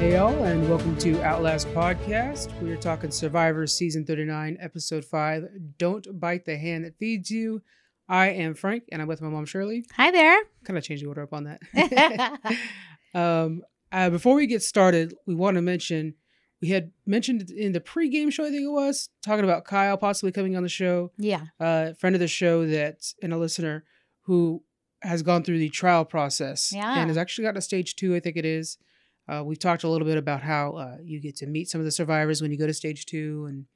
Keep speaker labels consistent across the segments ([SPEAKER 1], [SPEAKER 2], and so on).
[SPEAKER 1] AL, and welcome to Outlast Podcast. We're talking Survivor Season 39, Episode 5 Don't Bite the Hand That Feeds You. I am Frank, and I'm with my mom, Shirley.
[SPEAKER 2] Hi there.
[SPEAKER 1] Kind of changed the order up on that. um, uh, before we get started, we want to mention we had mentioned in the pregame show, I think it was, talking about Kyle possibly coming on the show,
[SPEAKER 2] yeah.
[SPEAKER 1] a uh, friend of the show that, and a listener who has gone through the trial process
[SPEAKER 2] Yeah.
[SPEAKER 1] and has actually gotten to stage two, I think it is. Uh, we've talked a little bit about how uh, you get to meet some of the survivors when you go to stage two, and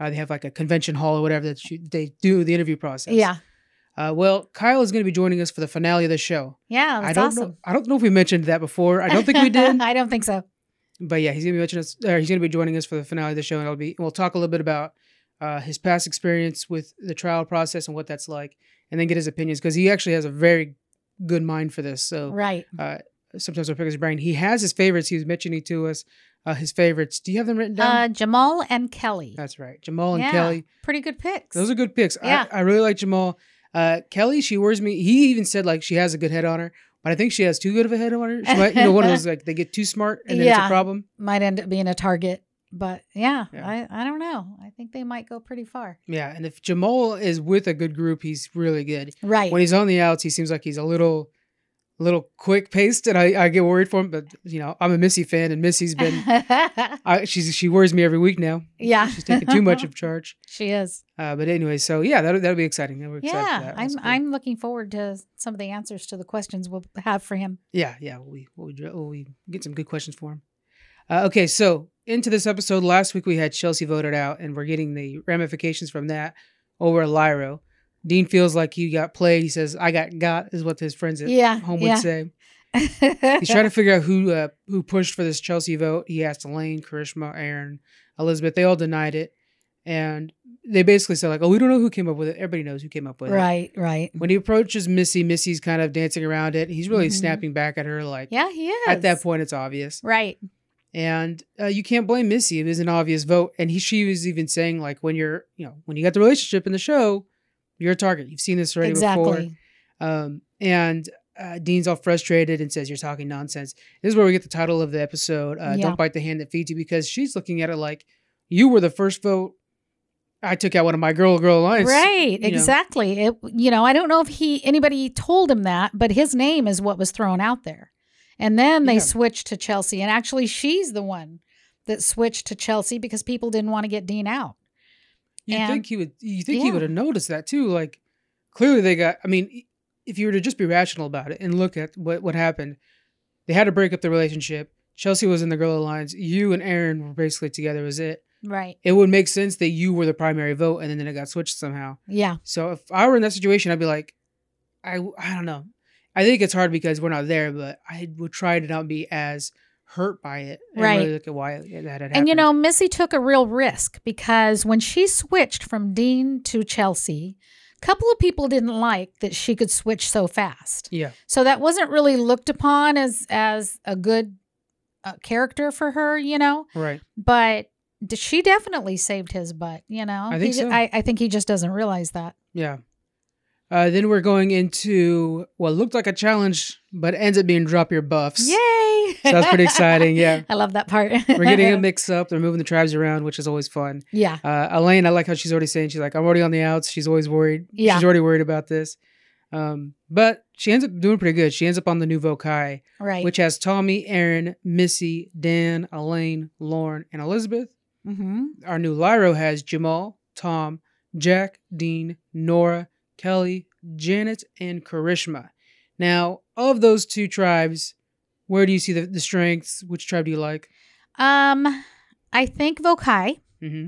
[SPEAKER 1] uh, they have like a convention hall or whatever that you, they do the interview process.
[SPEAKER 2] Yeah.
[SPEAKER 1] Uh, well, Kyle is going to be joining us for the finale of the show.
[SPEAKER 2] Yeah. That's
[SPEAKER 1] I don't
[SPEAKER 2] awesome.
[SPEAKER 1] know. I don't know if we mentioned that before. I don't think we did.
[SPEAKER 2] I don't think so.
[SPEAKER 1] but yeah, he's gonna be mentioning us. Or he's gonna be joining us for the finale of the show, and I'll be. We'll talk a little bit about uh, his past experience with the trial process and what that's like, and then get his opinions because he actually has a very good mind for this. So
[SPEAKER 2] Right.
[SPEAKER 1] uh, sometimes we'll pick his brain. He has his favorites. He was mentioning to us uh, his favorites. Do you have them written down?
[SPEAKER 2] Uh, Jamal and Kelly.
[SPEAKER 1] that's right, Jamal and
[SPEAKER 2] yeah.
[SPEAKER 1] Kelly.
[SPEAKER 2] Pretty good picks.
[SPEAKER 1] Uh, Those are good picks.
[SPEAKER 2] Yeah.
[SPEAKER 1] I, I really like Jamal. Uh, Kelly, she worries me. He even said like she has a good head on her, but I think she has too good of a head on her. She might, you know, one of those like they get too smart and then it's a
[SPEAKER 2] Yeah.
[SPEAKER 1] problem.
[SPEAKER 2] might end up being a target, but yeah,
[SPEAKER 1] Yeah.
[SPEAKER 2] I, I don't know. I think they might go pretty far.
[SPEAKER 1] Yeah, and if Jamal is with a good group, he's really good.
[SPEAKER 2] Right.
[SPEAKER 1] When he's on the outs, he seems like he's a little, little quick paced, and I, I get worried for him. But you know, I'm a Missy fan, and Missy's been I, she's she worries me every week now.
[SPEAKER 2] yeah.
[SPEAKER 1] She's taking too much of charge.
[SPEAKER 2] she is.
[SPEAKER 1] Uh, but anyway, so yeah, that'll that'll be exciting. We're excited for
[SPEAKER 2] Yeah.
[SPEAKER 1] that.
[SPEAKER 2] I'm
[SPEAKER 1] That's cool.
[SPEAKER 2] I'm looking forward to some of the answers to the questions we'll have for him.
[SPEAKER 1] Yeah, yeah. We we we get some good questions for him. Uh, okay, so into this episode, last week we had Chelsea voted out, and we're getting the ramifications from that over at Lyro. Dean feels like he got played. He says, "I got got," is what his friends at
[SPEAKER 2] Yeah.
[SPEAKER 1] home would
[SPEAKER 2] yeah.
[SPEAKER 1] say. He's trying to figure out who uh, who pushed for this Chelsea vote. He asked Elaine, Karishma, Aaron, Elizabeth. They all denied it, and they basically said like, "Oh, we don't know who came up with it. Everybody knows who came up with it."
[SPEAKER 2] right, right.
[SPEAKER 1] When he approaches Missy, Missy's kind of dancing around it. He's really
[SPEAKER 2] Mhm.
[SPEAKER 1] snapping back at her like,
[SPEAKER 2] Yeah, he is.
[SPEAKER 1] at that point, it's obvious,
[SPEAKER 2] Right.
[SPEAKER 1] and uh, you can't blame Missy. It was an obvious vote, and he she was even saying like, when you're you know when you got the relationship in the show, you're a target. You've seen this already before,
[SPEAKER 2] Exactly.
[SPEAKER 1] um, and uh, Dean's all frustrated and says, "You're talking nonsense." This is where we get the title of the episode, uh,
[SPEAKER 2] Yeah.
[SPEAKER 1] "Don't Bite the Hand That Feeds You," because she's looking at it like, "You were the first vote. I took out one of my girl girl alliance."
[SPEAKER 2] right
[SPEAKER 1] you know.
[SPEAKER 2] exactly it you know i don't know if he anybody told him that but his name is what was thrown out there and then they
[SPEAKER 1] Yeah.
[SPEAKER 2] switched to chelsea and actually she's the one that switched to chelsea because people didn't want to get dean out
[SPEAKER 1] You
[SPEAKER 2] And-
[SPEAKER 1] think he would? You think he
[SPEAKER 2] Yeah.
[SPEAKER 1] would have noticed that too? Like, clearly they got. I mean, if you were to just be rational about it and look at what what happened, they had to break up the relationship. Chelsea was in the girl alliance. You and Aaron were basically together. Was it?
[SPEAKER 2] right
[SPEAKER 1] It would make sense that you were the primary vote, and then it got switched somehow.
[SPEAKER 2] yeah
[SPEAKER 1] So if I were in that situation, I'd be like, I I don't know. I think it's hard because we're not there, but I would try to not be as hurt by it. And
[SPEAKER 2] Right.
[SPEAKER 1] Really look at why that had happened.
[SPEAKER 2] and you know missy took a real risk because when she switched from dean to chelsea a couple of people didn't like that she could switch so fast
[SPEAKER 1] Yeah.
[SPEAKER 2] so that wasn't really looked upon as as a good uh, character for her you know
[SPEAKER 1] Right.
[SPEAKER 2] but d- she definitely saved his butt. You know,
[SPEAKER 1] I think
[SPEAKER 2] He ju-
[SPEAKER 1] so.
[SPEAKER 2] I, I think he just doesn't realize that.
[SPEAKER 1] Yeah. Uh, then we're going into what looked like a challenge, but ends up being drop your buffs.
[SPEAKER 2] Yay!
[SPEAKER 1] So that's pretty exciting. Yeah.
[SPEAKER 2] I love that part.
[SPEAKER 1] We're getting a mix up. They're moving the tribes around, which is always fun.
[SPEAKER 2] yeah,
[SPEAKER 1] Uh, Elaine, I like how she's already saying she's like, I'm already on the outs. She's always worried.
[SPEAKER 2] Yeah.
[SPEAKER 1] She's already worried about this. Um, but she ends up doing pretty good. She ends up on the Nouveau Kai,
[SPEAKER 2] right.
[SPEAKER 1] which has Tommy, Aaron, Missy, Dan, Elaine, Lauren, and Elizabeth.
[SPEAKER 2] hmm
[SPEAKER 1] Our new Lyro has Jamal, Tom, Jack, Dean, Nora, Kelly, Janet, and Karishma. Now, of those two tribes, where do you see the, the strengths? Which tribe do you like?
[SPEAKER 2] Um, I think Vokai.
[SPEAKER 1] Mm-hmm.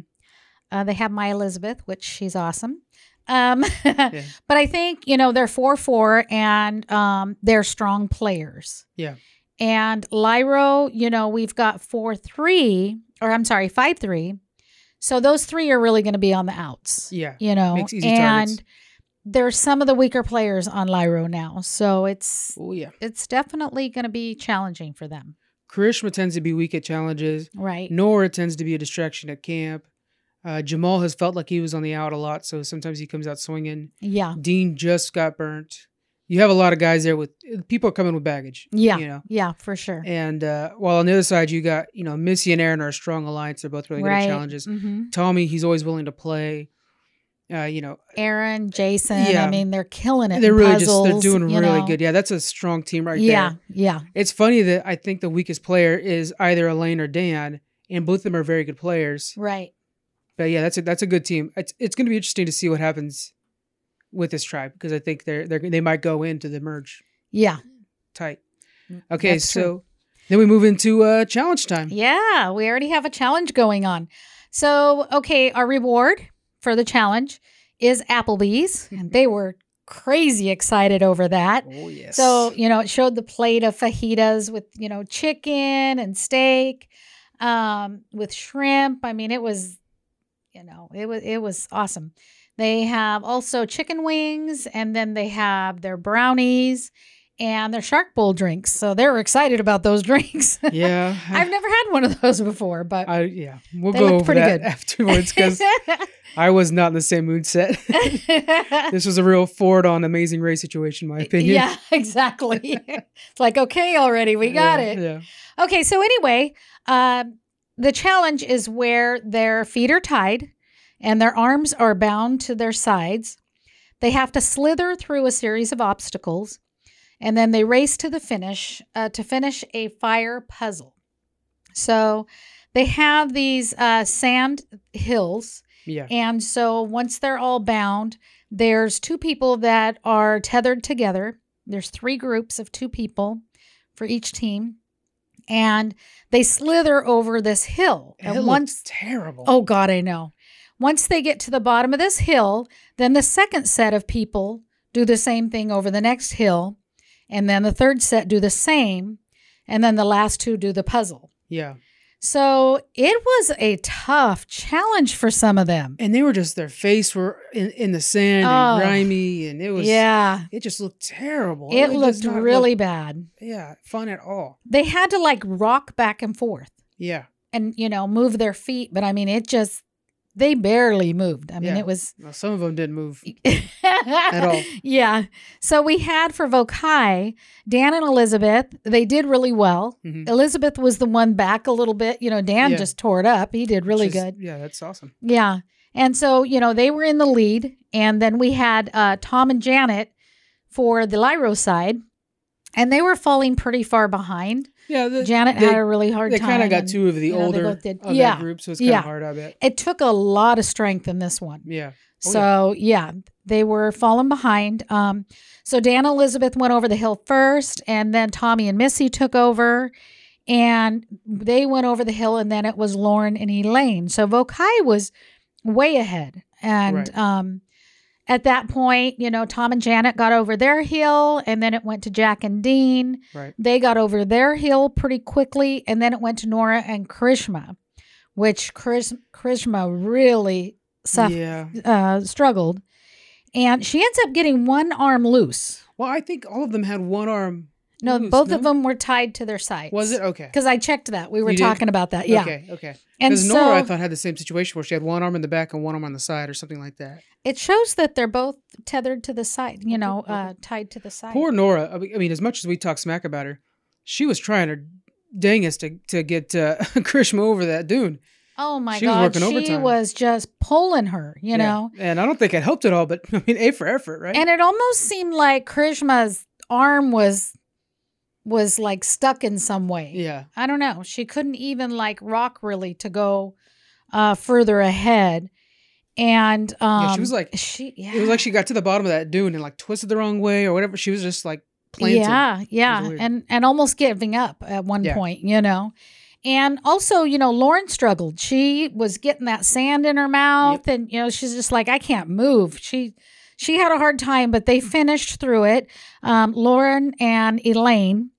[SPEAKER 2] Uh, they have my Elizabeth, which she's awesome. Um, but I think you know they're four four, and um, they're strong players.
[SPEAKER 1] Yeah.
[SPEAKER 2] And Lyro, you know, we've got four three, or I'm sorry, five three. So those three are really going to be on the outs.
[SPEAKER 1] Yeah.
[SPEAKER 2] you know,
[SPEAKER 1] Makes easy
[SPEAKER 2] and
[SPEAKER 1] targets.
[SPEAKER 2] there's some of the weaker players on Lyro now, so it's
[SPEAKER 1] Oh, yeah.
[SPEAKER 2] it's definitely going to be challenging for them,
[SPEAKER 1] Karishma tends to be weak at challenges.
[SPEAKER 2] right?
[SPEAKER 1] Nora tends to be a distraction at camp. Uh, Jamal has felt like he was on the out a lot, so sometimes he comes out swinging.
[SPEAKER 2] Yeah,
[SPEAKER 1] Dean just got burnt. you have a lot of guys there with people are coming with baggage.
[SPEAKER 2] Yeah.
[SPEAKER 1] You know.
[SPEAKER 2] Yeah, for sure.
[SPEAKER 1] And uh, while on the other side, you got you know Missy and Aaron are a strong alliance. They're both really good at challenges.
[SPEAKER 2] hmm
[SPEAKER 1] Tommy, he's always willing to play. Uh, you know,
[SPEAKER 2] Aaron, Jason.
[SPEAKER 1] Yeah.
[SPEAKER 2] I mean, they're killing it.
[SPEAKER 1] they're
[SPEAKER 2] in
[SPEAKER 1] really just
[SPEAKER 2] puzzles,
[SPEAKER 1] they're doing
[SPEAKER 2] you
[SPEAKER 1] really
[SPEAKER 2] know.
[SPEAKER 1] good. Yeah, that's a strong team right
[SPEAKER 2] yeah.
[SPEAKER 1] there.
[SPEAKER 2] Yeah.
[SPEAKER 1] It's funny that I think the weakest player is either Elaine or Dan, and both of them are very good players.
[SPEAKER 2] Right.
[SPEAKER 1] But yeah, that's a that's a good team. It's it's going to be interesting to see what happens with this tribe because I think they're they are they might go into the merge
[SPEAKER 2] Yeah. mm,
[SPEAKER 1] tight. Okay,
[SPEAKER 2] That's
[SPEAKER 1] so
[SPEAKER 2] true.
[SPEAKER 1] then we move into uh challenge time.
[SPEAKER 2] Yeah, we already have a challenge going on. So, okay, our reward for the challenge is Applebee's,
[SPEAKER 1] Mm-hmm.
[SPEAKER 2] and they were crazy excited over that.
[SPEAKER 1] Oh yes.
[SPEAKER 2] So, you know, it showed the plate of fajitas with, you know, chicken and steak, um, with shrimp. I mean, it was, you know, it was it was awesome. They have also chicken wings, and then they have their brownies and their shark bowl drinks. So they were excited about those drinks.
[SPEAKER 1] yeah,
[SPEAKER 2] I've
[SPEAKER 1] I,
[SPEAKER 2] never had one of those before, but
[SPEAKER 1] I- yeah, we'll
[SPEAKER 2] They
[SPEAKER 1] go
[SPEAKER 2] looked
[SPEAKER 1] over
[SPEAKER 2] pretty
[SPEAKER 1] that
[SPEAKER 2] good.
[SPEAKER 1] afterwards because I was not in the same mood set. this was a real Ford on Amazing Race situation, in my opinion.
[SPEAKER 2] yeah, exactly. it's like okay, already we got
[SPEAKER 1] Yeah,
[SPEAKER 2] it.
[SPEAKER 1] Yeah.
[SPEAKER 2] Okay, so anyway, um, the challenge is where their feet are tied and their arms are bound to their sides. They have to slither through a series of obstacles, and then they race to the finish uh, to finish a fire puzzle. So they have these uh, sand hills
[SPEAKER 1] Yeah.
[SPEAKER 2] And so once they're all bound, there's two people that are tethered together. There's three groups of two people for each team. And they slither over this hill.
[SPEAKER 1] And it
[SPEAKER 2] And
[SPEAKER 1] looks
[SPEAKER 2] once
[SPEAKER 1] terrible.
[SPEAKER 2] Oh God, I know. Once they get to the bottom of this hill, then the second set of people do the same thing over the next hill. And then the third set do the same. And then the last two do the puzzle.
[SPEAKER 1] yeah.
[SPEAKER 2] So it was a tough challenge for some of them.
[SPEAKER 1] And they were just their face were in, in the sand and
[SPEAKER 2] Oh.
[SPEAKER 1] grimy, and it was
[SPEAKER 2] yeah,
[SPEAKER 1] It just looked terrible.
[SPEAKER 2] it
[SPEAKER 1] does
[SPEAKER 2] looked
[SPEAKER 1] not look-
[SPEAKER 2] really bad.
[SPEAKER 1] yeah fun at all.
[SPEAKER 2] They had to like rock back and forth
[SPEAKER 1] Yeah.
[SPEAKER 2] and you know move their feet, but I mean it just they barely moved. I mean
[SPEAKER 1] Yeah.
[SPEAKER 2] it was
[SPEAKER 1] Well, some of them didn't move.
[SPEAKER 2] at
[SPEAKER 1] all.
[SPEAKER 2] Yeah. So we had for Vokai, Dan and Elizabeth. They did really well.
[SPEAKER 1] Mhm.
[SPEAKER 2] Elizabeth was the one back a little bit. You know, Dan
[SPEAKER 1] Yeah.
[SPEAKER 2] just tore it up. He did really
[SPEAKER 1] Which is-
[SPEAKER 2] good.
[SPEAKER 1] Yeah, that's awesome.
[SPEAKER 2] Yeah. And so, you know, they were in the lead. And then we had uh, Tom and Janet for the Lyro side. And they were falling pretty far behind.
[SPEAKER 1] Yeah, the,
[SPEAKER 2] Janet
[SPEAKER 1] they-
[SPEAKER 2] had a really hard
[SPEAKER 1] they
[SPEAKER 2] time.
[SPEAKER 1] kind of got
[SPEAKER 2] and
[SPEAKER 1] two of the
[SPEAKER 2] you know, they
[SPEAKER 1] older
[SPEAKER 2] both did-
[SPEAKER 1] of
[SPEAKER 2] yeah.
[SPEAKER 1] that group, so it's kind of
[SPEAKER 2] Yeah.
[SPEAKER 1] hard. I bet.
[SPEAKER 2] It took a lot of strength in this one.
[SPEAKER 1] Yeah. Oh,
[SPEAKER 2] so, yeah. they were falling behind. Um, so, Dan and Elizabeth went over the hill first. And then Tommy and Missy took over. And they went over the hill. And then it was Lauren and Elaine. So, Vokai was way ahead. And
[SPEAKER 1] Right.
[SPEAKER 2] um, at that point, you know, Tom and Janet got over their hill, and then it went to Jack and Dean.
[SPEAKER 1] Right.
[SPEAKER 2] They got over their hill pretty quickly, and then it went to Nora and Krishma, which Krish- Krishma really suffered,
[SPEAKER 1] Yeah.
[SPEAKER 2] uh, struggled. And she ends up getting one arm loose.
[SPEAKER 1] Well, I think all of them had one arm.
[SPEAKER 2] No,
[SPEAKER 1] Loose,
[SPEAKER 2] both
[SPEAKER 1] no?
[SPEAKER 2] of them were tied to their sides.
[SPEAKER 1] Was it okay?
[SPEAKER 2] Because I checked that. We were
[SPEAKER 1] You did?
[SPEAKER 2] talking about that. Yeah.
[SPEAKER 1] Okay. Okay.
[SPEAKER 2] And
[SPEAKER 1] Because
[SPEAKER 2] so
[SPEAKER 1] Nora, I thought, had the same situation where she had one arm in the back and one arm on the side or something like that.
[SPEAKER 2] it shows that they're both tethered to the side, you know,
[SPEAKER 1] okay.
[SPEAKER 2] uh, tied to the side.
[SPEAKER 1] Poor Nora. I mean- I mean, as much as we talk smack about her, she was trying her dangest to, to get uh, Krishma over that dune.
[SPEAKER 2] Oh my
[SPEAKER 1] She was
[SPEAKER 2] God.
[SPEAKER 1] working
[SPEAKER 2] she
[SPEAKER 1] overtime.
[SPEAKER 2] was just pulling her, you
[SPEAKER 1] Yeah.
[SPEAKER 2] know?
[SPEAKER 1] And I don't think it helped at all, but I mean, A for effort, right?
[SPEAKER 2] And it almost seemed like Krishma's arm was was like stuck in some way.
[SPEAKER 1] yeah.
[SPEAKER 2] I don't know. She couldn't even like rock really to go uh further ahead. And um
[SPEAKER 1] Yeah, she was like-
[SPEAKER 2] she yeah.
[SPEAKER 1] It was like she got to the bottom of that dune and like twisted the wrong way or whatever. She was just like planted.
[SPEAKER 2] Yeah, yeah,
[SPEAKER 1] weird.
[SPEAKER 2] and and almost giving up at one
[SPEAKER 1] Yeah.
[SPEAKER 2] point, you know. And also, you know, Lauren struggled. She was getting that sand in her mouth, and you know, she's just like, I can't move. She she had a hard time, but they finished through it. Um, Lauren and Elaine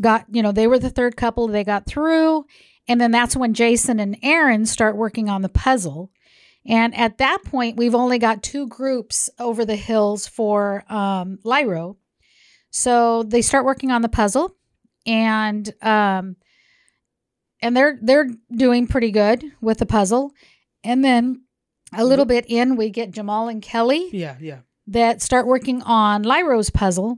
[SPEAKER 2] got, you know, they were the third couple. They got through, and then that's when Jason and Aaron start working on the puzzle. And at that point, we've only got two groups over the hills for um, Lyro. So they start working on the puzzle, and um, and they're they're doing pretty good with the puzzle. And then a little bit in, we get Jamal and Kelly
[SPEAKER 1] Yeah. Yeah.
[SPEAKER 2] that start working on Lyro's puzzle,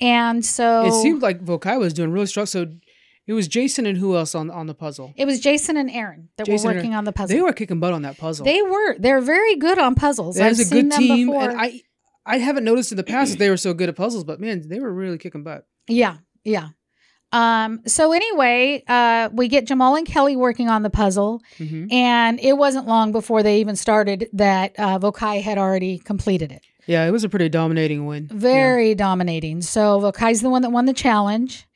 [SPEAKER 2] And so
[SPEAKER 1] it seemed like Vokai was doing really strong. So it was Jason and who else on on the puzzle?
[SPEAKER 2] it was Jason and Aaron that
[SPEAKER 1] Jason
[SPEAKER 2] were
[SPEAKER 1] and
[SPEAKER 2] working on the puzzle.
[SPEAKER 1] They were kicking butt on that puzzle.
[SPEAKER 2] They were. They're very good on puzzles.
[SPEAKER 1] That
[SPEAKER 2] I've
[SPEAKER 1] is a
[SPEAKER 2] seen
[SPEAKER 1] good
[SPEAKER 2] them
[SPEAKER 1] team,
[SPEAKER 2] before.
[SPEAKER 1] and I I haven't noticed in the past that they were so good at puzzles, but man, they were really kicking butt.
[SPEAKER 2] Yeah, yeah. Um, so anyway, uh, we get Jamal and Kelly working on the puzzle,
[SPEAKER 1] Mm-hmm.
[SPEAKER 2] and it wasn't long before they even started that uh, Vokai had already completed it.
[SPEAKER 1] Yeah, it was a pretty dominating win. Yeah.
[SPEAKER 2] Very dominating. So Vokai's the one that won the challenge.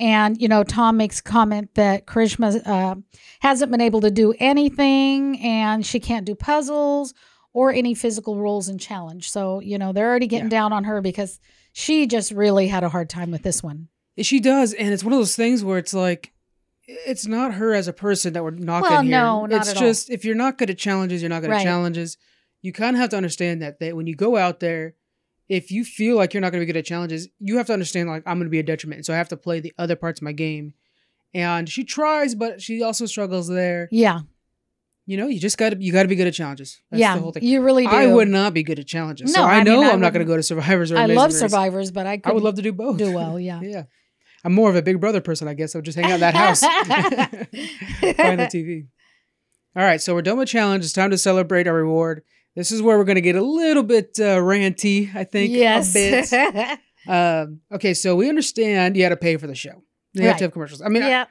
[SPEAKER 2] And, you know, Tom makes a comment that Karishma uh, hasn't been able to do anything and she can't do puzzles or any physical rules in challenge. So, you know, they're already getting
[SPEAKER 1] Yeah.
[SPEAKER 2] down on her because she just really had a hard time with this one.
[SPEAKER 1] She does, and it's one of those things where it's like, it's not her as a person that we're knocking
[SPEAKER 2] Well,
[SPEAKER 1] here.
[SPEAKER 2] no, not
[SPEAKER 1] it's
[SPEAKER 2] at all.
[SPEAKER 1] just if you're not good at challenges, you're not good
[SPEAKER 2] Right.
[SPEAKER 1] at challenges. You kind of have to understand that that when you go out there, if you feel like you're not going to be good at challenges, you have to understand like I'm going to be a detriment, so I have to play the other parts of my game. And she tries, but she also struggles there.
[SPEAKER 2] Yeah.
[SPEAKER 1] You know, you just got to you got to be good at challenges. That's
[SPEAKER 2] yeah.
[SPEAKER 1] the whole thing.
[SPEAKER 2] You really do.
[SPEAKER 1] I would not be good at challenges, so
[SPEAKER 2] No,
[SPEAKER 1] I,
[SPEAKER 2] I mean,
[SPEAKER 1] know
[SPEAKER 2] I
[SPEAKER 1] I'm not going to
[SPEAKER 2] wouldn't-
[SPEAKER 1] go to survivors or
[SPEAKER 2] I
[SPEAKER 1] Amazing
[SPEAKER 2] love
[SPEAKER 1] Race.
[SPEAKER 2] survivors, but I could
[SPEAKER 1] I would love to do both.
[SPEAKER 2] do well. Yeah.
[SPEAKER 1] Yeah. I'm more of a big brother person, I guess. I would just hang out in that house. Find the TV. All right, so we're done with challenge. It's time to celebrate our reward. This is where we're going to get a little bit uh, ranty, I think.
[SPEAKER 2] yes.
[SPEAKER 1] A bit. um, okay, so we understand you had to pay for the show. You have
[SPEAKER 2] Right.
[SPEAKER 1] to have commercials. I mean, I-
[SPEAKER 2] yeah.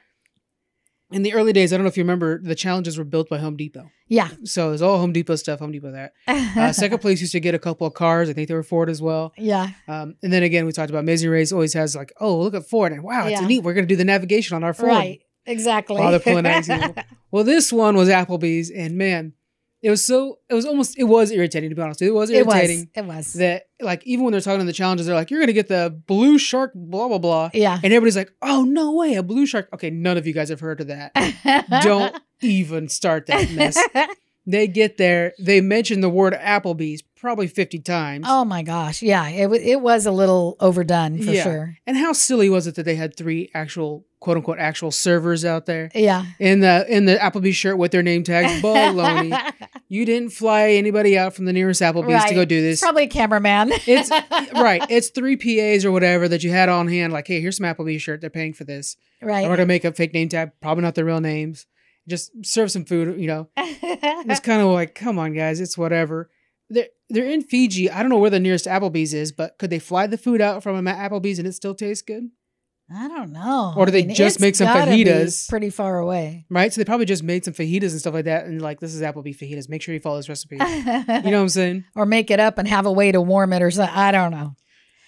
[SPEAKER 1] in the early days, I don't know if you remember, the challenges were built by Home Depot.
[SPEAKER 2] Yeah.
[SPEAKER 1] So it's all Home Depot stuff, Home Depot that. Uh, second place used to get a couple of cars. I think they were Ford as well.
[SPEAKER 2] yeah.
[SPEAKER 1] Um, and then again, we talked about Mazy Race always has like, oh, look at Ford, and wow, it's
[SPEAKER 2] Yeah.
[SPEAKER 1] neat. We're going to do the navigation on our Ford.
[SPEAKER 2] Right. Exactly.
[SPEAKER 1] While they're pulling out, you know. Well, this one was Applebee's, and man, it was so it was almost it was irritating to be honest. It was
[SPEAKER 2] it was.
[SPEAKER 1] irritating
[SPEAKER 2] It was.
[SPEAKER 1] that like even when they're talking to the challenges, they're like, you're going to get the blue shark, blah blah blah,
[SPEAKER 2] yeah.
[SPEAKER 1] and everybody's like, oh no way, a blue shark. Okay, none of you guys have heard of that. Don't even start that mess. They get there, they mention the word Applebee's probably fifty times.
[SPEAKER 2] oh my gosh. Yeah. It wa it was a little overdone for
[SPEAKER 1] Yeah.
[SPEAKER 2] sure.
[SPEAKER 1] And how silly was it that they had three actual quote unquote actual servers out there
[SPEAKER 2] Yeah.
[SPEAKER 1] in the in the Applebee's shirt with their name tags? Baloney. you didn't fly anybody out from the nearest Applebee's to
[SPEAKER 2] Right.
[SPEAKER 1] go do
[SPEAKER 2] It's
[SPEAKER 1] this.
[SPEAKER 2] probably a cameraman.
[SPEAKER 1] It's right. It's three PAs or whatever that you had on hand. Like, hey, here's some Applebee's shirt. They're paying for this.
[SPEAKER 2] right.
[SPEAKER 1] I'm gonna make a fake name tag. Probably not their real names. Just serve some food. You know, it's kind of like, come on, guys. It's whatever. They're they're in Fiji. I don't know where the nearest Applebee's is, but could they fly the food out from a Ma- Applebee's and it still tastes good?
[SPEAKER 2] I don't know.
[SPEAKER 1] Or do they
[SPEAKER 2] I mean,
[SPEAKER 1] just
[SPEAKER 2] it's
[SPEAKER 1] make some
[SPEAKER 2] gotta be
[SPEAKER 1] fajitas?
[SPEAKER 2] Pretty far away.
[SPEAKER 1] Right. So they probably just made some fajitas and stuff like that, and like this is Applebee fajitas. Make sure you follow this recipe. you know what I'm saying?
[SPEAKER 2] or make it up and have a way to warm it or something. I don't know.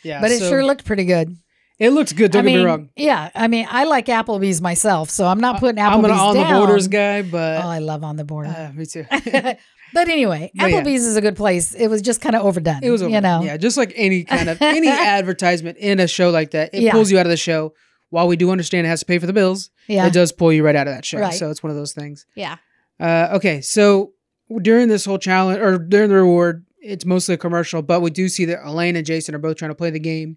[SPEAKER 1] Yeah.
[SPEAKER 2] But it
[SPEAKER 1] so-
[SPEAKER 2] sure looked pretty good.
[SPEAKER 1] it looks good. Don't
[SPEAKER 2] I
[SPEAKER 1] get
[SPEAKER 2] mean,
[SPEAKER 1] me wrong.
[SPEAKER 2] Yeah. I mean, I like Applebee's myself, so I'm not putting
[SPEAKER 1] I'm
[SPEAKER 2] Applebee's
[SPEAKER 1] an on
[SPEAKER 2] down.
[SPEAKER 1] the borders guy, but
[SPEAKER 2] Oh, I love on the border.
[SPEAKER 1] uh, me too.
[SPEAKER 2] but anyway,
[SPEAKER 1] But yeah.
[SPEAKER 2] Applebee's is a good place. It was just kind of overdone.
[SPEAKER 1] It was over.
[SPEAKER 2] you know.
[SPEAKER 1] yeah, just like any kind of any advertisement in a show like that, it
[SPEAKER 2] Yeah.
[SPEAKER 1] pulls you out of the show. While we do understand it has to pay for the bills,
[SPEAKER 2] Yeah.
[SPEAKER 1] it does pull you right out of that show.
[SPEAKER 2] Right.
[SPEAKER 1] So it's one of those things.
[SPEAKER 2] Yeah.
[SPEAKER 1] Uh, okay, so during this whole challenge or during the reward, it's mostly a commercial, but we do see that Elaine and Jason are both trying to play the game.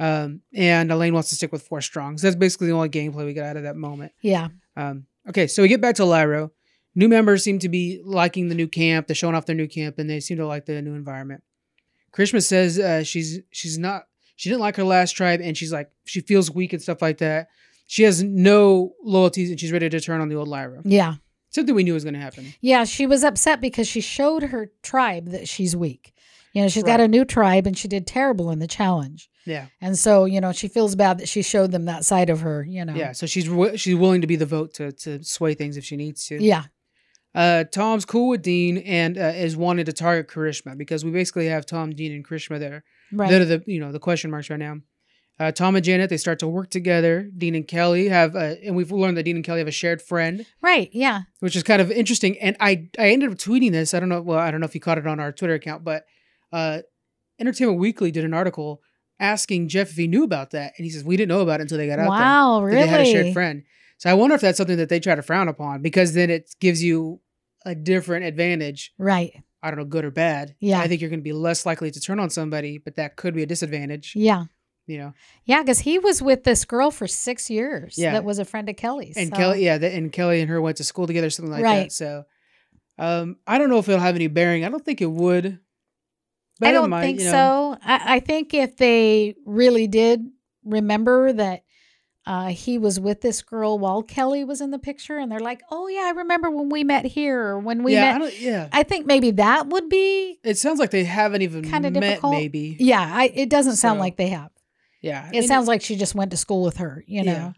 [SPEAKER 1] Um, and Elaine wants to stick with four strong. So that's basically the only gameplay we got out of that moment.
[SPEAKER 2] Yeah.
[SPEAKER 1] Um, okay, so we get back to Lyro. New members seem to be liking the new camp. They're showing off their new camp, and they seem to like the new environment. Krishma says uh, she's she's not she didn't like her last tribe, and she's like she feels weak and stuff like that. She has no loyalties, and she's ready to turn on the old Lyra.
[SPEAKER 2] Yeah.
[SPEAKER 1] Something we knew was going to happen.
[SPEAKER 2] Yeah. She was upset because she showed her tribe that she's weak. You know, she's got
[SPEAKER 1] Right.
[SPEAKER 2] a new tribe and she did terrible in the challenge.
[SPEAKER 1] Yeah,
[SPEAKER 2] And so, you know, she feels bad that she showed them that side of her, you know.
[SPEAKER 1] yeah. So she's wi- she's willing to be the vote to to sway things if she needs to.
[SPEAKER 2] Yeah.
[SPEAKER 1] Uh, Tom's cool with Dean and uh, is wanting to target Krishma because we basically have Tom, Dean, and Krishma there.
[SPEAKER 2] Right.
[SPEAKER 1] That are the you know the question marks right now. Uh, Tom and Janet they start to work together. Dean and Kelly have, uh, and we've learned that Dean and Kelly have a shared friend,
[SPEAKER 2] right. Yeah.
[SPEAKER 1] which is kind of interesting. And I I ended up tweeting this. I don't know. Well, I don't know if you caught it on our Twitter account, but uh, Entertainment Weekly did an article asking Jeff if he knew about that, and he says we didn't know about it until they got out there.
[SPEAKER 2] Wow.
[SPEAKER 1] that They had a
[SPEAKER 2] Really?
[SPEAKER 1] shared friend. So I wonder if that's something that they try to frown upon because then it gives you a different advantage
[SPEAKER 2] Right.
[SPEAKER 1] I don't know, good or bad.
[SPEAKER 2] Yeah.
[SPEAKER 1] I think you're going to be less likely to turn on somebody, but that could be a disadvantage,
[SPEAKER 2] Yeah.
[SPEAKER 1] you know.
[SPEAKER 2] Yeah. Because he was with this girl for six years
[SPEAKER 1] Yeah.
[SPEAKER 2] that was a friend of Kelly's.
[SPEAKER 1] And
[SPEAKER 2] so-
[SPEAKER 1] Kelly, yeah, the, and Kelly and her went to school together, something like that.
[SPEAKER 2] Right.
[SPEAKER 1] So, um, I don't know if it'll have any bearing. I don't think it would.
[SPEAKER 2] I
[SPEAKER 1] it
[SPEAKER 2] don't
[SPEAKER 1] might,
[SPEAKER 2] think
[SPEAKER 1] you know.
[SPEAKER 2] so. I, I think if they really did remember that uh, he was with this girl while Kelly was in the picture, and they're like, "Oh yeah, I remember when we met here, or when we
[SPEAKER 1] yeah, I
[SPEAKER 2] met."
[SPEAKER 1] don't, yeah.
[SPEAKER 2] I, think maybe that would be.
[SPEAKER 1] It sounds like they haven't even
[SPEAKER 2] Kinda
[SPEAKER 1] met.
[SPEAKER 2] difficult.
[SPEAKER 1] Maybe.
[SPEAKER 2] Yeah, I, it doesn't sound
[SPEAKER 1] So,
[SPEAKER 2] like they have.
[SPEAKER 1] Yeah. I
[SPEAKER 2] It
[SPEAKER 1] mean,
[SPEAKER 2] sounds like she just went to school with her. You know.
[SPEAKER 1] Yeah.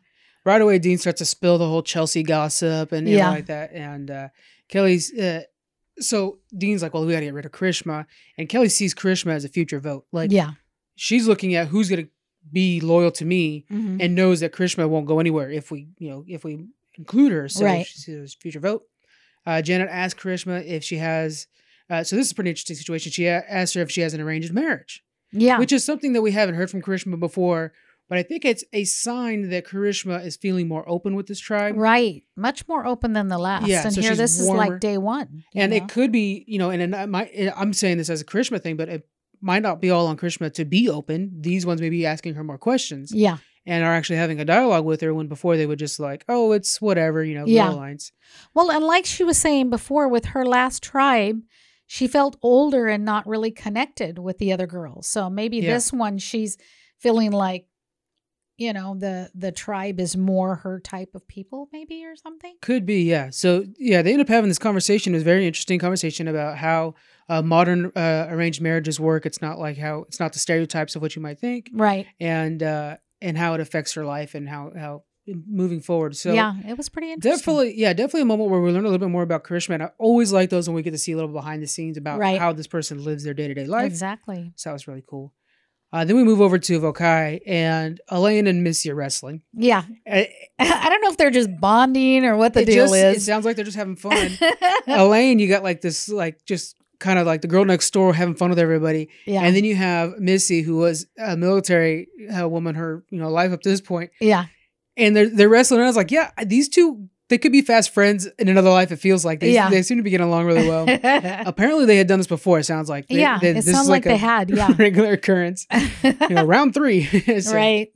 [SPEAKER 1] right away Dean starts to spill the whole Chelsea gossip and everything
[SPEAKER 2] Yeah.
[SPEAKER 1] like that. And uh, Kelly's uh, so Dean's like, well, we got to get rid of Krishma, and Kelly sees Krishma as a future vote. Like
[SPEAKER 2] yeah.
[SPEAKER 1] she's looking at who's gonna be loyal to me
[SPEAKER 2] Mhm.
[SPEAKER 1] and knows that Krishma won't go anywhere if we, you know, if we include her. So
[SPEAKER 2] Right.
[SPEAKER 1] she's his future vote. Uh, Janet asks Krishma if she has. Uh, so this is a pretty interesting situation. She a- asks her if she has an arranged marriage
[SPEAKER 2] yeah.
[SPEAKER 1] which is something that we haven't heard from Karishma before. But I think it's a sign that Karishma is feeling more open with this tribe.
[SPEAKER 2] Right. Much more open than the last.
[SPEAKER 1] Yeah,
[SPEAKER 2] and
[SPEAKER 1] so
[SPEAKER 2] here
[SPEAKER 1] she's
[SPEAKER 2] this is
[SPEAKER 1] warmer.
[SPEAKER 2] like day one. you
[SPEAKER 1] And
[SPEAKER 2] know?
[SPEAKER 1] it could be, you know, and it not- might, and I'm saying this as a Karishma thing, but it might not be all on Karishma to be open. These ones may be asking her more questions
[SPEAKER 2] Yeah.
[SPEAKER 1] and are actually having a dialogue with her when before they would just like, oh, it's whatever, you know,
[SPEAKER 2] Yeah.
[SPEAKER 1] yeah. lines.
[SPEAKER 2] Well, and like she was saying before with her last tribe, she felt older and not really connected with the other girls. So maybe
[SPEAKER 1] Yeah.
[SPEAKER 2] this one she's feeling like you know the the tribe is more her type of people maybe or something.
[SPEAKER 1] Could be, yeah. So yeah, they end up having this conversation. It was a very interesting conversation about how uh, modern uh, arranged marriages work. It's not like how it's not the stereotypes of what you might think.
[SPEAKER 2] Right.
[SPEAKER 1] and uh and how it affects her life and how how moving forward so
[SPEAKER 2] yeah, it was pretty interesting.
[SPEAKER 1] definitely yeah definitely a moment where we learn a little bit more about Karishma and I always like those when we get to see a little behind the scenes about
[SPEAKER 2] Right.
[SPEAKER 1] how this person lives their day-to-day life
[SPEAKER 2] Exactly.
[SPEAKER 1] so that was really cool uh, then we move over to Vokai and Elaine and Missy are wrestling
[SPEAKER 2] Yeah.
[SPEAKER 1] Uh,
[SPEAKER 2] I don't know if they're just bonding or what the
[SPEAKER 1] it
[SPEAKER 2] deal
[SPEAKER 1] just- it
[SPEAKER 2] is.
[SPEAKER 1] sounds like they're just having fun
[SPEAKER 2] Oh,
[SPEAKER 1] Elaine you got like this like just kind of like the girl next door having fun with everybody
[SPEAKER 2] yeah.
[SPEAKER 1] and then you have Missy who was a military uh, woman her you know life up to this point
[SPEAKER 2] yeah.
[SPEAKER 1] and they're they're wrestling. And I was like, yeah, these two they could be fast friends in another life. It feels like they
[SPEAKER 2] Yeah.
[SPEAKER 1] they seem to be getting along really well. Apparently, they had done this before. It sounds like uh, They-
[SPEAKER 2] yeah,
[SPEAKER 1] they-
[SPEAKER 2] it sounds like, they had, yeah.
[SPEAKER 1] regular occurrence. You know, round three. So,
[SPEAKER 2] right.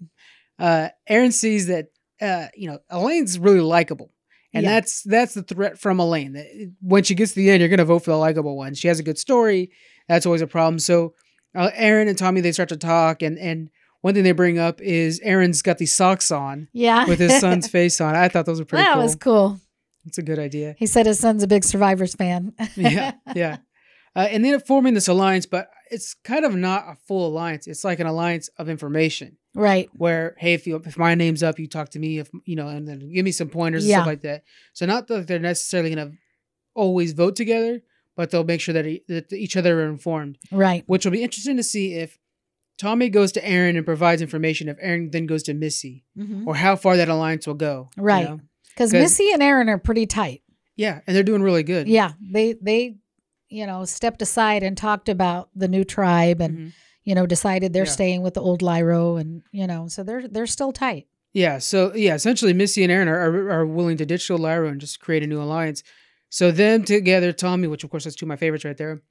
[SPEAKER 1] Uh, Aaron sees that uh, you know Elaine's really likable. And
[SPEAKER 2] Yeah.
[SPEAKER 1] that's that's the threat from Elaine. That uh, when she gets to the end, you're gonna vote for the likable one. She has a good story. That's always a problem. So uh, Aaron and Tommy they start to talk, and and one thing they bring up is Aaron's got these socks on,
[SPEAKER 2] Yeah.
[SPEAKER 1] with his son's face on. it. I thought those were pretty
[SPEAKER 2] that
[SPEAKER 1] cool.
[SPEAKER 2] was cool.
[SPEAKER 1] It's a good idea.
[SPEAKER 2] He said his son's a big Survivors fan.
[SPEAKER 1] Yeah, yeah. Uh, and they end up forming this alliance, but it's kind of not a full alliance. It's like an alliance of information,
[SPEAKER 2] right.
[SPEAKER 1] where hey, if you if my name's up, you talk to me. If you know, and then give me some pointers
[SPEAKER 2] Yeah.
[SPEAKER 1] and stuff like that. So not that they're necessarily going to always vote together, but they'll make sure that, e- that each other are informed,
[SPEAKER 2] Right.
[SPEAKER 1] which will be interesting to see if Tommy goes to Aaron and provides information. If Aaron then goes to Missy,
[SPEAKER 2] Because
[SPEAKER 1] or how far that alliance will go. you
[SPEAKER 2] Right.
[SPEAKER 1] know?
[SPEAKER 2] Missy and Aaron are pretty tight.
[SPEAKER 1] Yeah, and they're doing really good.
[SPEAKER 2] Yeah. They, they, you know, stepped aside and talked about the new tribe and,
[SPEAKER 1] Mhm.
[SPEAKER 2] you know, decided they're
[SPEAKER 1] Yeah.
[SPEAKER 2] staying with the old Lyro and, you know, so they're, they're still tight.
[SPEAKER 1] Yeah. So yeah, essentially, Missy and Aaron are, are, are willing to ditch Lyra and just create a new alliance. So them together, Tommy, which of course that's two of my favorites right there.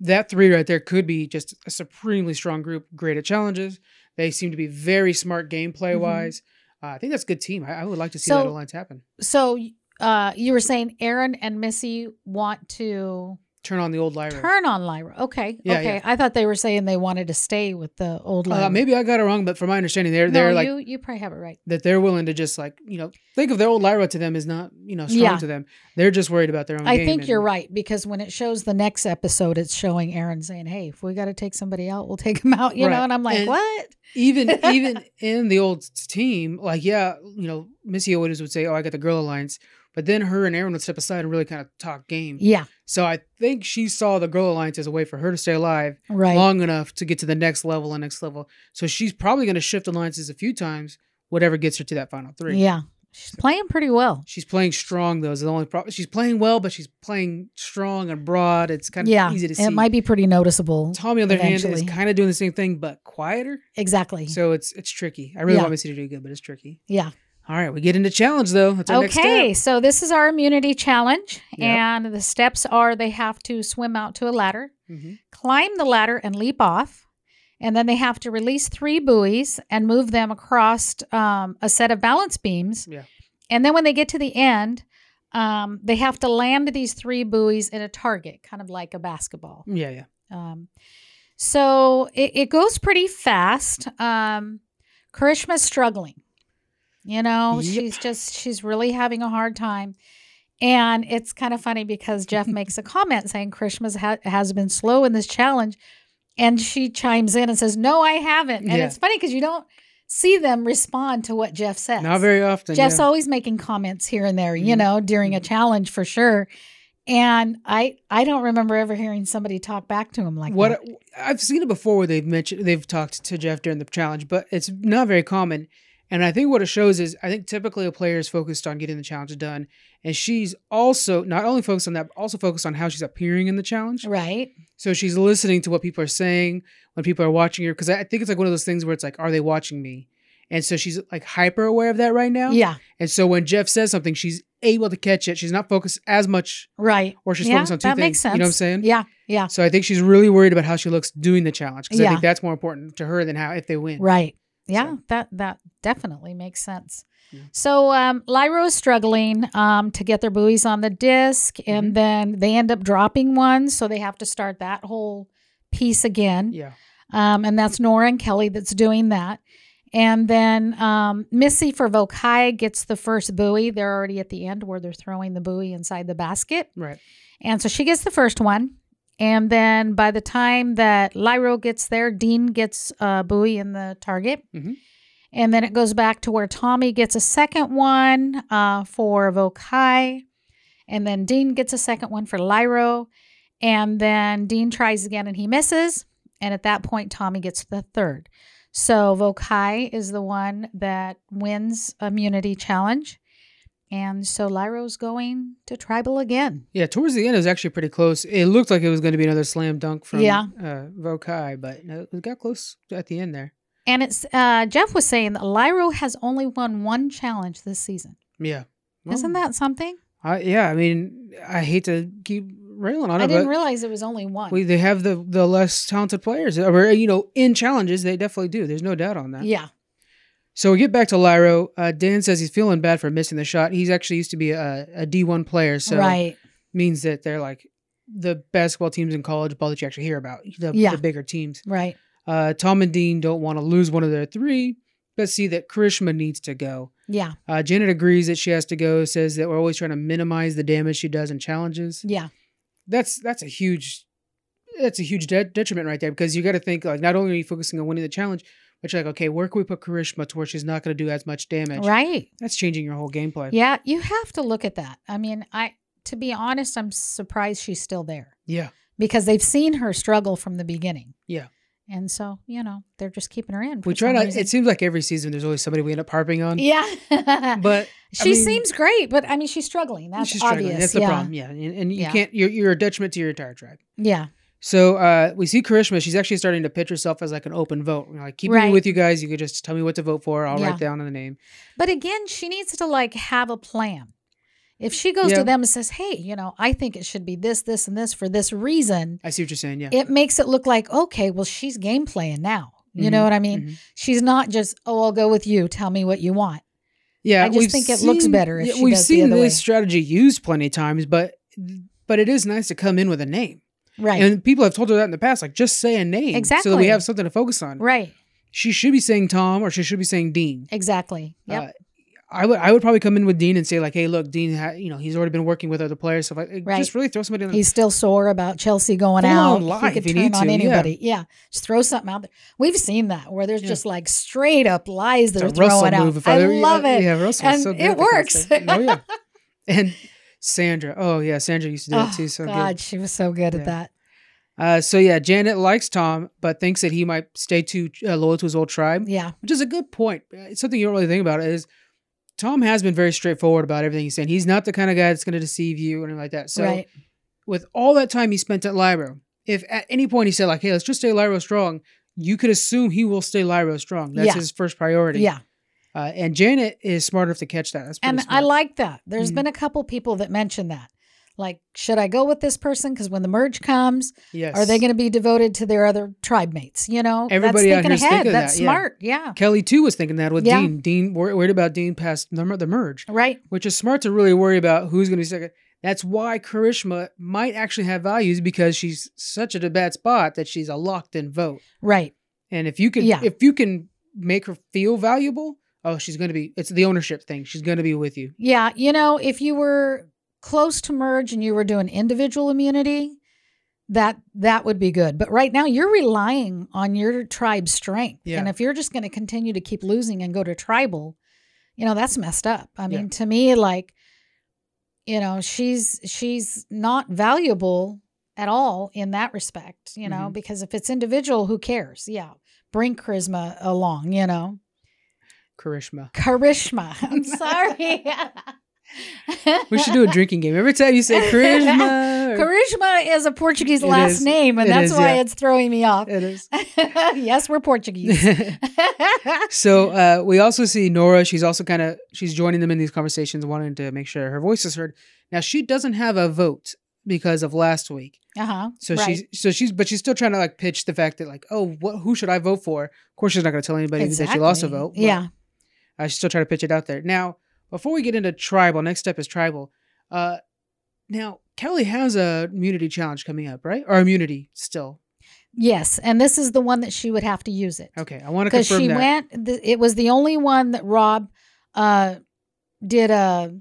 [SPEAKER 1] That three right there could be just a supremely strong group, great at challenges. They seem to be very smart gameplay
[SPEAKER 2] Mhm.
[SPEAKER 1] wise. Uh, I think that's a good team. I, I would like to see
[SPEAKER 2] So-
[SPEAKER 1] that alliance happen.
[SPEAKER 2] So, uh, you were saying Aaron and Missy want to
[SPEAKER 1] Turn on the old Lyra.
[SPEAKER 2] turn on Lyra. Okay.
[SPEAKER 1] Yeah,
[SPEAKER 2] okay.
[SPEAKER 1] yeah.
[SPEAKER 2] I thought they were saying they wanted to stay with the old Lyra.
[SPEAKER 1] uh, maybe I got it wrong, but from my understanding, they're
[SPEAKER 2] no,
[SPEAKER 1] they're like
[SPEAKER 2] you, you probably have it right.
[SPEAKER 1] that they're willing to just like you know think of their old Lyra to them is not you know strong
[SPEAKER 2] Yeah.
[SPEAKER 1] to them. They're just worried about their own.
[SPEAKER 2] I
[SPEAKER 1] game
[SPEAKER 2] think
[SPEAKER 1] and-
[SPEAKER 2] you're right because when it shows the next episode, it's showing Aaron saying, "Hey, if we got to take somebody out, we'll take them out," you
[SPEAKER 1] Right.
[SPEAKER 2] know. And I'm like,
[SPEAKER 1] And-
[SPEAKER 2] "What?"
[SPEAKER 1] even even in the old team, like yeah, you know, Missy always would say, "Oh, I got the girl alliance," but then her and Aaron would step aside and really kind of talk game.
[SPEAKER 2] Yeah,
[SPEAKER 1] So I think she saw the girl alliance as a way for her to stay alive
[SPEAKER 2] right.
[SPEAKER 1] long enough to get to the next level and next level. So she's probably going to shift alliances a few times, whatever gets her to that final three.
[SPEAKER 2] Yeah, she's playing pretty well.
[SPEAKER 1] She's playing strong though. Is the only problem. She's playing well, but she's playing strong and broad. It's kind of
[SPEAKER 2] Yeah,
[SPEAKER 1] easy to see.
[SPEAKER 2] it might be pretty noticeable.
[SPEAKER 1] Tommy, on the other hand,
[SPEAKER 2] eventually.
[SPEAKER 1] is kind of doing the same thing but quieter.
[SPEAKER 2] Exactly.
[SPEAKER 1] So it's it's tricky. I really
[SPEAKER 2] Yeah.
[SPEAKER 1] want Missy to do good, but it's tricky.
[SPEAKER 2] yeah.
[SPEAKER 1] All right, we get into challenge though. That's our next
[SPEAKER 2] Okay,
[SPEAKER 1] step.
[SPEAKER 2] so this is our immunity challenge,
[SPEAKER 1] Yep.
[SPEAKER 2] and the steps are they have to swim out to a ladder,
[SPEAKER 1] Mhm.
[SPEAKER 2] climb the ladder, and leap off. And then they have to release three buoys and move them across um, a set of balance beams.
[SPEAKER 1] Yeah.
[SPEAKER 2] And then when they get to the end, um, they have to land these three buoys in a target, kind of like a basketball.
[SPEAKER 1] Yeah, yeah.
[SPEAKER 2] Um, so it, it goes pretty fast. Um, Karishma's struggling. You know,
[SPEAKER 1] Yep.
[SPEAKER 2] she's just she's really having a hard time. And it's kind of funny because Jeff makes a comment saying Krishma's ha- has been slow in this challenge. And she chimes in and says, No, I haven't. And
[SPEAKER 1] Yeah.
[SPEAKER 2] it's funny because you don't see them respond to what Jeff says.
[SPEAKER 1] Not very often.
[SPEAKER 2] Jeff's
[SPEAKER 1] yeah.
[SPEAKER 2] always making comments here and there, you
[SPEAKER 1] Mhm.
[SPEAKER 2] know, during a
[SPEAKER 1] Mhm.
[SPEAKER 2] challenge for sure. And I I don't remember ever hearing somebody talk back to him like that.
[SPEAKER 1] what I've seen it before where they've mentioned they've talked to Jeff during the challenge, but it's not very common. And I think what it shows is I think typically a player is focused on getting the challenge done, and she's also not only focused on that, but also focused on how she's appearing in the challenge.
[SPEAKER 2] Right.
[SPEAKER 1] So she's listening to what people are saying when people are watching her, because I I think it's like one of those things where it's like, are they watching me? And so she's like hyper aware of that right now.
[SPEAKER 2] Yeah.
[SPEAKER 1] And so when Jeff says something, she's able to catch it. She's not focused as much,
[SPEAKER 2] Right.
[SPEAKER 1] or she's
[SPEAKER 2] Yeah,
[SPEAKER 1] focused on two
[SPEAKER 2] that
[SPEAKER 1] things.
[SPEAKER 2] makes
[SPEAKER 1] You know what I'm
[SPEAKER 2] sense.
[SPEAKER 1] saying?
[SPEAKER 2] Yeah. Yeah.
[SPEAKER 1] So I think she's really worried about how she looks doing the challenge because I
[SPEAKER 2] Yeah.
[SPEAKER 1] think that's more important to her than how if they win.
[SPEAKER 2] Right. Yeah.
[SPEAKER 1] So-
[SPEAKER 2] That that definitely makes sense.
[SPEAKER 1] Yeah.
[SPEAKER 2] So um, Lyra is struggling um, to get their buoys on the disc,
[SPEAKER 1] Mm-hmm.
[SPEAKER 2] and then they end up dropping one, so they have to start that whole piece again.
[SPEAKER 1] Yeah.
[SPEAKER 2] Um, and that's Nora and Kelly that's doing that. And then um, Missy for Vokai gets the first buoy. They're already at the end where they're throwing the buoy inside the basket.
[SPEAKER 1] Right.
[SPEAKER 2] And so she gets the first one. And then by the time that Lyro gets there, Dean gets a buoy in the target.
[SPEAKER 1] Mhm.
[SPEAKER 2] And then it goes back to where Tommy gets a second one uh, for Vokai. And then Dean gets a second one for Lyro. And then Dean tries again and he misses. And at that point, Tommy gets the third. So Vokai is the one that wins immunity challenge. And so Lyro's going to tribal again.
[SPEAKER 1] Yeah. Towards the end, it was actually pretty close. It looked like it was going to be another slam dunk from
[SPEAKER 2] Yeah.
[SPEAKER 1] uh, Vokai, but no, it got close at the end there.
[SPEAKER 2] And it's uh, Jeff was saying that Lyro has only won one challenge this season.
[SPEAKER 1] Yeah.
[SPEAKER 2] Isn't
[SPEAKER 1] Well,
[SPEAKER 2] that something?
[SPEAKER 1] I, yeah. I mean, I hate to keep railing on
[SPEAKER 2] I,
[SPEAKER 1] it,
[SPEAKER 2] didn't
[SPEAKER 1] but
[SPEAKER 2] realize it was only one.
[SPEAKER 1] we, they have the the less talented players, or you know, in challenges they definitely do. There's no doubt on that.
[SPEAKER 2] yeah.
[SPEAKER 1] So we get back to Lyro. Uh, Dan says he's feeling bad for missing the shot. He's actually used to be a, a D1 player, so
[SPEAKER 2] right.
[SPEAKER 1] means that they're like the basketball teams in college ball that you actually hear about, the,
[SPEAKER 2] Yeah.
[SPEAKER 1] the bigger teams.
[SPEAKER 2] Right.
[SPEAKER 1] Uh, Tom and Dean don't want to lose one of their three, but see that Krishma needs to go.
[SPEAKER 2] Yeah.
[SPEAKER 1] Uh, Janet agrees that she has to go, says that we're always trying to minimize the damage she does in challenges.
[SPEAKER 2] Yeah.
[SPEAKER 1] That's that's a huge that's a huge de- detriment right there because you got to think like not only are you focusing on winning the challenge, but you're like, okay, where can we put Karishma to where she's not going to do as much damage?
[SPEAKER 2] Right.
[SPEAKER 1] That's changing your whole gameplay.
[SPEAKER 2] Yeah. You have to look at that. I mean, I to be honest, I'm surprised she's still there
[SPEAKER 1] yeah.
[SPEAKER 2] because they've seen her struggle from the beginning.
[SPEAKER 1] Yeah.
[SPEAKER 2] And so you know they're just keeping her in.
[SPEAKER 1] We
[SPEAKER 2] for
[SPEAKER 1] try
[SPEAKER 2] some
[SPEAKER 1] not.
[SPEAKER 2] reason.
[SPEAKER 1] It seems like every season there's always somebody we end up harping on.
[SPEAKER 2] yeah.
[SPEAKER 1] But
[SPEAKER 2] she
[SPEAKER 1] mean-
[SPEAKER 2] seems great, but I mean she's struggling. That's
[SPEAKER 1] she's
[SPEAKER 2] obvious.
[SPEAKER 1] struggling. That's the
[SPEAKER 2] yeah.
[SPEAKER 1] problem. Yeah, and, and you
[SPEAKER 2] Yeah.
[SPEAKER 1] can't. You're, you're a detriment to your entire tribe.
[SPEAKER 2] Yeah.
[SPEAKER 1] So uh, we see Karishma. She's actually starting to pitch herself as like an open vote. We're like, keep
[SPEAKER 2] Right.
[SPEAKER 1] me with you guys. You could just tell me what to vote for. I'll
[SPEAKER 2] Yeah.
[SPEAKER 1] write down the name.
[SPEAKER 2] But again, she needs to like have a plan. If she goes
[SPEAKER 1] Yeah.
[SPEAKER 2] to them and says, "Hey, you know, I think it should be this, this, and this for this reason,"
[SPEAKER 1] I see what you're saying. Yeah.
[SPEAKER 2] it makes it look like okay, well, she's game playing now. You know
[SPEAKER 1] Mhm,
[SPEAKER 2] what I mean?
[SPEAKER 1] mhm.
[SPEAKER 2] She's not just, "Oh, I'll go with you. Tell me what you want."
[SPEAKER 1] Yeah.
[SPEAKER 2] I just
[SPEAKER 1] we've
[SPEAKER 2] think it looks better if she
[SPEAKER 1] we've
[SPEAKER 2] does the
[SPEAKER 1] seen
[SPEAKER 2] other
[SPEAKER 1] this
[SPEAKER 2] way.
[SPEAKER 1] strategy used plenty of times, but but it is nice to come in with a name.
[SPEAKER 2] Right.
[SPEAKER 1] And people have told her that in the past. Like, just say a name so that
[SPEAKER 2] Exactly.
[SPEAKER 1] we have something to focus on.
[SPEAKER 2] right.
[SPEAKER 1] She should be saying Tom, or she should be saying Dean.
[SPEAKER 2] Exactly. Yep.
[SPEAKER 1] Uh, I would I would probably come in with Dean and say like, hey, look, Dean, ha- you know, he's already been working with other players, so if I,
[SPEAKER 2] Right.
[SPEAKER 1] just really throw somebody in. The,
[SPEAKER 2] He's still sore about Chelsea going
[SPEAKER 1] Full
[SPEAKER 2] out.
[SPEAKER 1] on lie
[SPEAKER 2] he
[SPEAKER 1] if you
[SPEAKER 2] could turn
[SPEAKER 1] need
[SPEAKER 2] on
[SPEAKER 1] to, yeah.
[SPEAKER 2] anybody. Yeah. Just throw something out there. We've seen that where there's
[SPEAKER 1] Yeah.
[SPEAKER 2] just like straight up lies that
[SPEAKER 1] the
[SPEAKER 2] are throwing
[SPEAKER 1] Russell
[SPEAKER 2] out.
[SPEAKER 1] move. if
[SPEAKER 2] I
[SPEAKER 1] ever-
[SPEAKER 2] love
[SPEAKER 1] yeah,
[SPEAKER 2] it.
[SPEAKER 1] Yeah, Russell,
[SPEAKER 2] And
[SPEAKER 1] so good
[SPEAKER 2] it
[SPEAKER 1] at that kind of
[SPEAKER 2] works.
[SPEAKER 1] stuff. oh yeah, and Sandra. Oh yeah, Sandra used to do
[SPEAKER 2] Oh,
[SPEAKER 1] that too. So
[SPEAKER 2] God, she was so good
[SPEAKER 1] Yeah.
[SPEAKER 2] at that.
[SPEAKER 1] good. Uh, so yeah, Janet likes Tom, but thinks that he might stay too uh, loyal to his old tribe,
[SPEAKER 2] Yeah.
[SPEAKER 1] which is a good point. It's something you don't really think about is. Tom has been very straightforward about everything he's saying. He's not the kind of guy that's going to deceive you or anything like that. So
[SPEAKER 2] right.
[SPEAKER 1] with all that time he spent at Lyro, if at any point he said, like, hey, let's just stay Lyro strong, you could assume he will stay Lyro strong. That's
[SPEAKER 2] Yeah.
[SPEAKER 1] his first priority.
[SPEAKER 2] Yeah.
[SPEAKER 1] Uh, and Janet is smart enough to catch that. That's pretty
[SPEAKER 2] And I
[SPEAKER 1] smart.
[SPEAKER 2] like that. There's
[SPEAKER 1] Mhm.
[SPEAKER 2] been a couple people that mentioned that. Like, should I go with this person? Because when the merge comes,
[SPEAKER 1] yes.
[SPEAKER 2] are they going to be devoted to their other tribe mates? You know,
[SPEAKER 1] Everybody out
[SPEAKER 2] that's thinking
[SPEAKER 1] here's
[SPEAKER 2] ahead.
[SPEAKER 1] thinking
[SPEAKER 2] that's
[SPEAKER 1] that, yeah.
[SPEAKER 2] smart. Yeah.
[SPEAKER 1] Kelly too was thinking that with
[SPEAKER 2] Yeah.
[SPEAKER 1] Dean. Dean wor- worried about Dean past the mer- the merge,
[SPEAKER 2] Right.
[SPEAKER 1] which is smart to really worry about who's going to be second. That's why Karishma might actually have values because she's such at a bad spot that she's a locked in vote.
[SPEAKER 2] Right.
[SPEAKER 1] And if you can,
[SPEAKER 2] Yeah.
[SPEAKER 1] if you can make her feel valuable, oh, she's going to be, it's the ownership thing. She's going to be with you.
[SPEAKER 2] Yeah, you know, if you were close to merge and you were doing individual immunity, that that would be good. But right now you're relying on your tribe's strength.
[SPEAKER 1] Yeah.
[SPEAKER 2] And if you're just going to continue to keep losing and go to tribal, you know, that's messed up. I mean, to me like you know, she's she's not valuable at all in that respect, you know,
[SPEAKER 1] Mhm.
[SPEAKER 2] because if it's individual, who cares? Yeah. Bring charisma along, you know.
[SPEAKER 1] Karishma.
[SPEAKER 2] Charisma. I'm sorry.
[SPEAKER 1] We should do a drinking game. Every time you say charisma, or-
[SPEAKER 2] Charisma is a Portuguese
[SPEAKER 1] It
[SPEAKER 2] last
[SPEAKER 1] is.
[SPEAKER 2] name, and
[SPEAKER 1] It
[SPEAKER 2] that's
[SPEAKER 1] is,
[SPEAKER 2] why
[SPEAKER 1] yeah.
[SPEAKER 2] it's throwing me off.
[SPEAKER 1] it is.
[SPEAKER 2] yes, we're Portuguese.
[SPEAKER 1] so uh, we also see Nora. She's also kind of she's joining them in these conversations, wanting to make sure her voice is heard. Now she doesn't have a vote because of last week.
[SPEAKER 2] uh-huh.
[SPEAKER 1] So
[SPEAKER 2] right.
[SPEAKER 1] she's so she's but she's still trying to like pitch the fact that like oh what who should I vote for? Of course she's not going to tell anybody that she lost a
[SPEAKER 2] Exactly.
[SPEAKER 1] vote. but
[SPEAKER 2] Yeah.
[SPEAKER 1] I should still try to pitch it out there. Now, before we get into tribal, next step is tribal. Uh, now, Kelly has a immunity challenge coming up, right? Or immunity still.
[SPEAKER 2] Yes, and this is the one that she would have to use it
[SPEAKER 1] Okay, I want to
[SPEAKER 2] because
[SPEAKER 1] confirm
[SPEAKER 2] she
[SPEAKER 1] that.
[SPEAKER 2] went. th- it was the only one that Rob uh, did a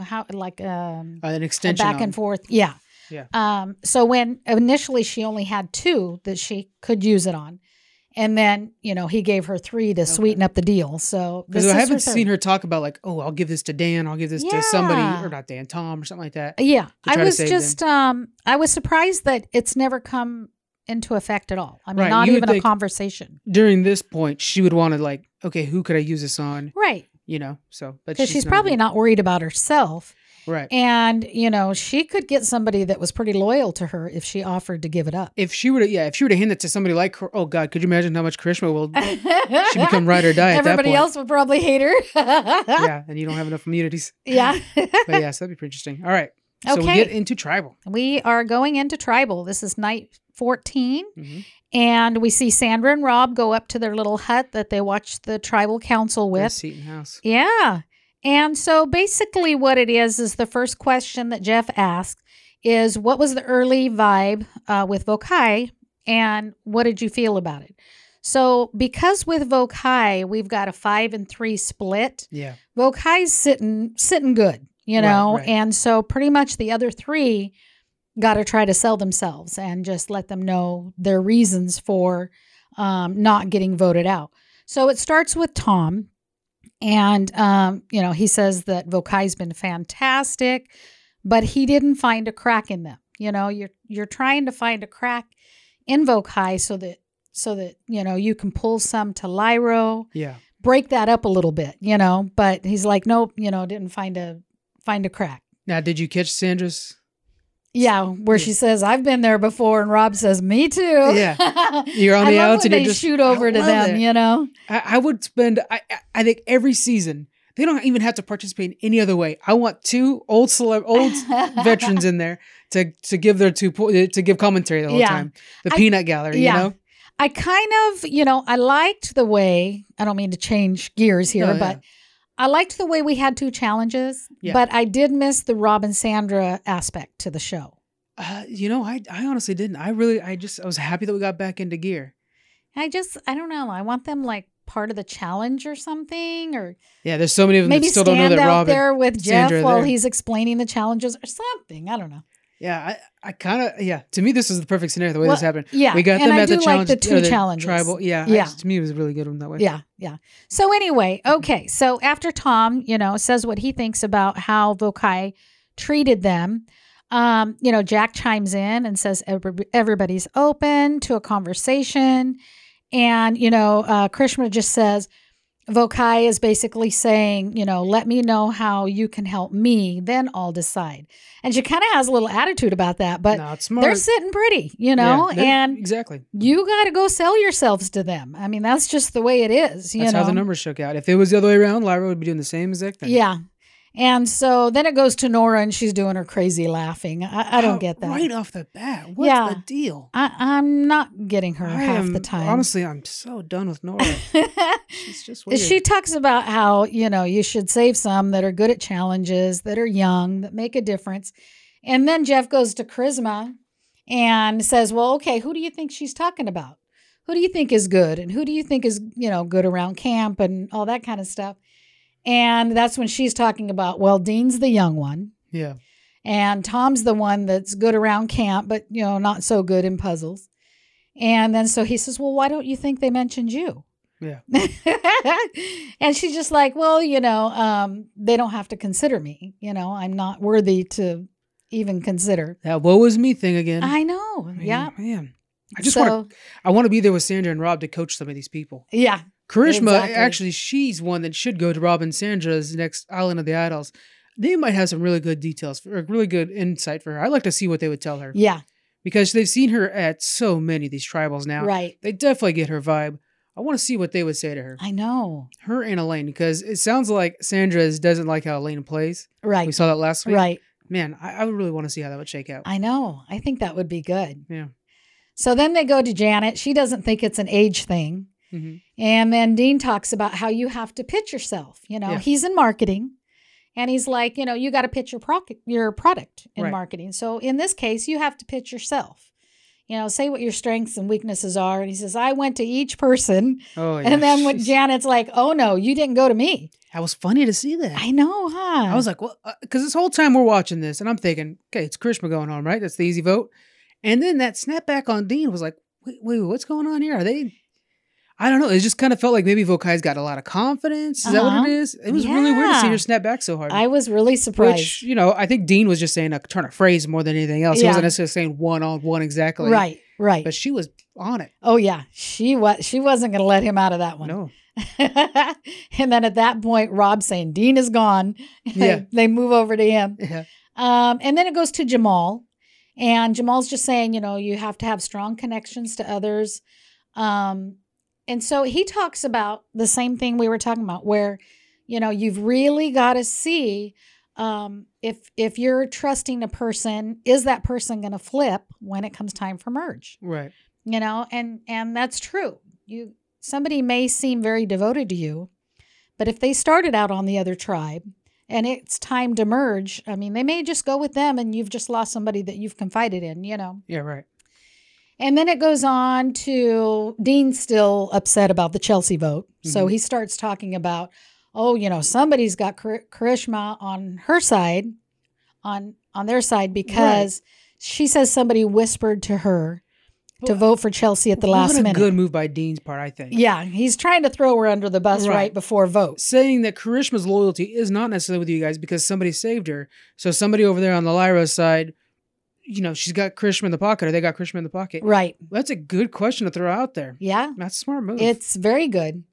[SPEAKER 2] how like um,
[SPEAKER 1] Uh, an
[SPEAKER 2] a
[SPEAKER 1] extension.
[SPEAKER 2] back
[SPEAKER 1] on.
[SPEAKER 2] and forth. Yeah.
[SPEAKER 1] Yeah.
[SPEAKER 2] Um, so when initially she only had two that she could use it on. And then, you know, he gave her three to
[SPEAKER 1] Okay.
[SPEAKER 2] sweeten up the deal. So
[SPEAKER 1] Because
[SPEAKER 2] this
[SPEAKER 1] I
[SPEAKER 2] is
[SPEAKER 1] haven't
[SPEAKER 2] third.
[SPEAKER 1] seen her talk about like, oh, I'll give this to Dan, I'll give this to somebody,
[SPEAKER 2] Yeah.
[SPEAKER 1] or not Dan, Tom, or something like that.
[SPEAKER 2] Yeah,
[SPEAKER 1] to try
[SPEAKER 2] I
[SPEAKER 1] to
[SPEAKER 2] was
[SPEAKER 1] save
[SPEAKER 2] just um I was surprised that it's never come into effect at all. I mean,
[SPEAKER 1] Right,
[SPEAKER 2] not
[SPEAKER 1] you would
[SPEAKER 2] even a
[SPEAKER 1] think-
[SPEAKER 2] conversation.
[SPEAKER 1] During this point, she would want to like, okay, who could I use this on?
[SPEAKER 2] Right.
[SPEAKER 1] You know, so but
[SPEAKER 2] Because she's, probably not worried about herself.
[SPEAKER 1] right.
[SPEAKER 2] And, you know, she could get somebody that was pretty loyal to her if she offered to give it up.
[SPEAKER 1] if she were to, yeah, if she were to hand it to somebody like, Kar- oh God, could you imagine how much Krishma will? She become ride or die at that
[SPEAKER 2] Everybody
[SPEAKER 1] point.
[SPEAKER 2] else would probably hate her. yeah.
[SPEAKER 1] yeah, and you don't have enough immunities.
[SPEAKER 2] yeah.
[SPEAKER 1] But yeah, so that'd be pretty interesting. All right, so we
[SPEAKER 2] Okay.
[SPEAKER 1] get into tribal.
[SPEAKER 2] We are going into tribal. This is night 14.
[SPEAKER 1] Mhm.
[SPEAKER 2] And we see Sandra and Rob go up to their little hut that they watch the tribal council
[SPEAKER 1] With
[SPEAKER 2] with.
[SPEAKER 1] Seton House.
[SPEAKER 2] Yeah. And so basically, what it is is the first question that Jeff asked is what was the early vibe uh, with Vokai and what did you feel about it? So, because with Vokai, we've got a five and three split,
[SPEAKER 1] Yeah,
[SPEAKER 2] Vokai's sitting sitting good, you
[SPEAKER 1] Right,
[SPEAKER 2] know,
[SPEAKER 1] right.
[SPEAKER 2] and so pretty much the other three got to try to sell themselves and just let them know their reasons for um, not getting voted out. So it starts with Tom, and um, you know he says that Vokai's been fantastic, but he didn't find a crack in them. You know, you're you're trying to find a crack in Vokai so that so that you know you can pull some to Lyro
[SPEAKER 1] yeah,
[SPEAKER 2] break that up a little bit, you know. But he's like, nope, you know, didn't find a find a crack.
[SPEAKER 1] Now, did you catch Sandra's?
[SPEAKER 2] Yeah, where she says, "I've been there before," and Rob says, "Me too."
[SPEAKER 1] Yeah. You're on
[SPEAKER 2] I
[SPEAKER 1] the
[SPEAKER 2] love
[SPEAKER 1] outs
[SPEAKER 2] when
[SPEAKER 1] and it
[SPEAKER 2] they
[SPEAKER 1] just
[SPEAKER 2] shoot over
[SPEAKER 1] I
[SPEAKER 2] to
[SPEAKER 1] love
[SPEAKER 2] them,
[SPEAKER 1] it.
[SPEAKER 2] you know.
[SPEAKER 1] I, I would spend. I I- I think every season they don't even have to participate in any other way. I want two old celeb old veterans in there to to give their two po- to give commentary the whole
[SPEAKER 2] Yeah.
[SPEAKER 1] time. The
[SPEAKER 2] I-
[SPEAKER 1] peanut gallery,
[SPEAKER 2] yeah.
[SPEAKER 1] you know.
[SPEAKER 2] I kind of, you know, I liked the way. I don't mean to change gears here,
[SPEAKER 1] Oh, yeah.
[SPEAKER 2] but I liked the way we had two challenges.
[SPEAKER 1] Yeah.
[SPEAKER 2] But I did miss the Rob and Sandra aspect to the show.
[SPEAKER 1] Uh, you know, I I honestly didn't. I really I just I was happy that we got back into gear.
[SPEAKER 2] I just, I don't know. I want them like part of the challenge or something, or
[SPEAKER 1] Yeah, there's so many of them
[SPEAKER 2] maybe
[SPEAKER 1] that still
[SPEAKER 2] stand
[SPEAKER 1] don't know that
[SPEAKER 2] out
[SPEAKER 1] Robin.
[SPEAKER 2] there with Jeff
[SPEAKER 1] Sandra are
[SPEAKER 2] while
[SPEAKER 1] there.
[SPEAKER 2] he's explaining the challenges or something. I don't know.
[SPEAKER 1] Yeah, I I kind of yeah. To me, this is the perfect scenario the way this
[SPEAKER 2] Well,
[SPEAKER 1] happened.
[SPEAKER 2] Yeah,
[SPEAKER 1] We got
[SPEAKER 2] and
[SPEAKER 1] them
[SPEAKER 2] I
[SPEAKER 1] at
[SPEAKER 2] do
[SPEAKER 1] the challenge.
[SPEAKER 2] like the
[SPEAKER 1] or
[SPEAKER 2] two challenges.
[SPEAKER 1] Tribal, yeah. I
[SPEAKER 2] Yeah.
[SPEAKER 1] just- to me, it was a really good one that way.
[SPEAKER 2] Yeah, yeah. So anyway,
[SPEAKER 1] Mm-hmm.
[SPEAKER 2] okay. So after Tom, you know, says what he thinks about how Vokai treated them, um, you know, Jack chimes in and says "Every- everybody's open to a conversation, and you know, uh, Krishna just says. Vokai is basically saying, you know, let me know how you can help me, then I'll decide. And she kind of has a little attitude about that, but
[SPEAKER 1] Not smart.
[SPEAKER 2] they're sitting pretty, you know,
[SPEAKER 1] Yeah, they're-
[SPEAKER 2] and
[SPEAKER 1] exactly
[SPEAKER 2] you got to go sell yourselves to them. I mean, that's just the way it is, you
[SPEAKER 1] that's
[SPEAKER 2] know.
[SPEAKER 1] how the numbers shook out. If it was the other way around, Lyra would be doing the same exact thing.
[SPEAKER 2] yeah. And so then it goes to Nora and she's doing her crazy laughing. I, I don't
[SPEAKER 1] How-
[SPEAKER 2] get that.
[SPEAKER 1] Oh, right off the bat. What's
[SPEAKER 2] Yeah.
[SPEAKER 1] the deal?
[SPEAKER 2] I, I'm not getting her
[SPEAKER 1] I
[SPEAKER 2] half
[SPEAKER 1] am-
[SPEAKER 2] the time.
[SPEAKER 1] Honestly, I'm so done with Nora. She's just weird.
[SPEAKER 2] she talks about how, you know, you should save some that are good at challenges, that are young, that make a difference. And then Jeff goes to Charisma and says, Well, okay, who do you think she's talking about? who do you think is good and who do you think is you know good around camp and all that kind of stuff and that's when she's talking about well dean's the young one
[SPEAKER 1] Yeah.
[SPEAKER 2] and tom's the one that's good around camp but you know not so good in puzzles and then so he says well why don't you think they mentioned you
[SPEAKER 1] Yeah.
[SPEAKER 2] and she's just like well you know um, they don't have to consider me you know i'm not worthy to even consider
[SPEAKER 1] That woe is me thing again.
[SPEAKER 2] i know
[SPEAKER 1] mean,
[SPEAKER 2] yeah
[SPEAKER 1] Man. I just
[SPEAKER 2] so,
[SPEAKER 1] want to I want to be there with Sandra and Rob to coach some of these people.
[SPEAKER 2] yeah
[SPEAKER 1] Karishma,
[SPEAKER 2] Exactly.
[SPEAKER 1] actually, she's one that should go to Rob and Sandra's next Island of the Idols. They might have some really good details, or really good insight for her. I'd like to see what they would tell her
[SPEAKER 2] yeah
[SPEAKER 1] because they've seen her at so many of these tribals now.
[SPEAKER 2] right
[SPEAKER 1] They definitely get her vibe. I want to see what they would say to her,
[SPEAKER 2] i know
[SPEAKER 1] her and Elaine, because it sounds like Sandra is- doesn't like how Elaine plays. We
[SPEAKER 2] Right.
[SPEAKER 1] saw that last week.
[SPEAKER 2] Right.
[SPEAKER 1] Man, I, I would really want to see how that would shake out.
[SPEAKER 2] I know. I think that would be good.
[SPEAKER 1] Yeah.
[SPEAKER 2] So then they go to Janet. She doesn't think it's an age thing.
[SPEAKER 1] hmm
[SPEAKER 2] And then Dean talks about how you have to pitch yourself. You know,
[SPEAKER 1] Yeah.
[SPEAKER 2] he's in marketing and he's like, you know, you got to pitch your, proc- your product in
[SPEAKER 1] Right.
[SPEAKER 2] marketing. So in this case, you have to pitch yourself. You know, say what your strengths and weaknesses are. And he says, I went to each person.
[SPEAKER 1] Oh, yeah.
[SPEAKER 2] And then when
[SPEAKER 1] Jeez.
[SPEAKER 2] Janet's like, oh no, you didn't go to me.
[SPEAKER 1] that was funny to see that.
[SPEAKER 2] I know, huh?
[SPEAKER 1] I was like, well, because this whole time we're watching this, and I'm thinking, okay, it's Krishma going home, right? That's the easy vote. And then that snapback on Dean was like, wait, wait, what's going on here? Are they? I don't know. It just kind of felt like maybe Vokai's got a lot of confidence. Is that
[SPEAKER 2] Uh-huh.
[SPEAKER 1] what it is? It was really weird to see
[SPEAKER 2] Yeah.
[SPEAKER 1] her snap back so hard.
[SPEAKER 2] I was really
[SPEAKER 1] Which
[SPEAKER 2] surprised.
[SPEAKER 1] you know, I think Dean was just saying a turn of phrase more than anything else. He
[SPEAKER 2] Yeah.
[SPEAKER 1] wasn't necessarily saying one on one exactly,
[SPEAKER 2] right, right.
[SPEAKER 1] But she was on it.
[SPEAKER 2] Oh yeah, she was. She wasn't going to let him out of that one.
[SPEAKER 1] No,
[SPEAKER 2] and then at that point, Rob saying Dean is gone.
[SPEAKER 1] Yeah.
[SPEAKER 2] they move over to him.
[SPEAKER 1] yeah,
[SPEAKER 2] Um, and then it goes to Jamal, and Jamal's just saying, you know, you have to have strong connections to others. Um, and so he talks about the same thing we were talking about, where, you know, you've really got to see um, if if you're trusting a person, is that person going to flip when it comes time for merge?
[SPEAKER 1] right,
[SPEAKER 2] you know and and that's true you somebody may seem very devoted to you but if they started out on the other tribe and it's time to merge i mean they may just go with them and you've just lost somebody that you've confided in you know
[SPEAKER 1] yeah, right.
[SPEAKER 2] and then it goes on to Dean's still upset about the Chelsea vote. So
[SPEAKER 1] Mhm.
[SPEAKER 2] he starts talking about, oh, you know, somebody's got Kar- Karishma on her side, on on their side because she says somebody whispered to her to
[SPEAKER 1] Well,
[SPEAKER 2] vote for Chelsea at the last
[SPEAKER 1] what a
[SPEAKER 2] minute.
[SPEAKER 1] good move by Dean's part, I think.
[SPEAKER 2] yeah, he's trying to throw her under the bus right,
[SPEAKER 1] Right.
[SPEAKER 2] before votes.
[SPEAKER 1] saying that Karishma's loyalty is not necessarily with you guys because somebody saved her. So somebody over there on the Lyra side, you know, she's got Karishma in the pocket or they got Karishma in the pocket.
[SPEAKER 2] Right.
[SPEAKER 1] That's a good question to throw out there.
[SPEAKER 2] Yeah.
[SPEAKER 1] That's a smart move.
[SPEAKER 2] It's very good.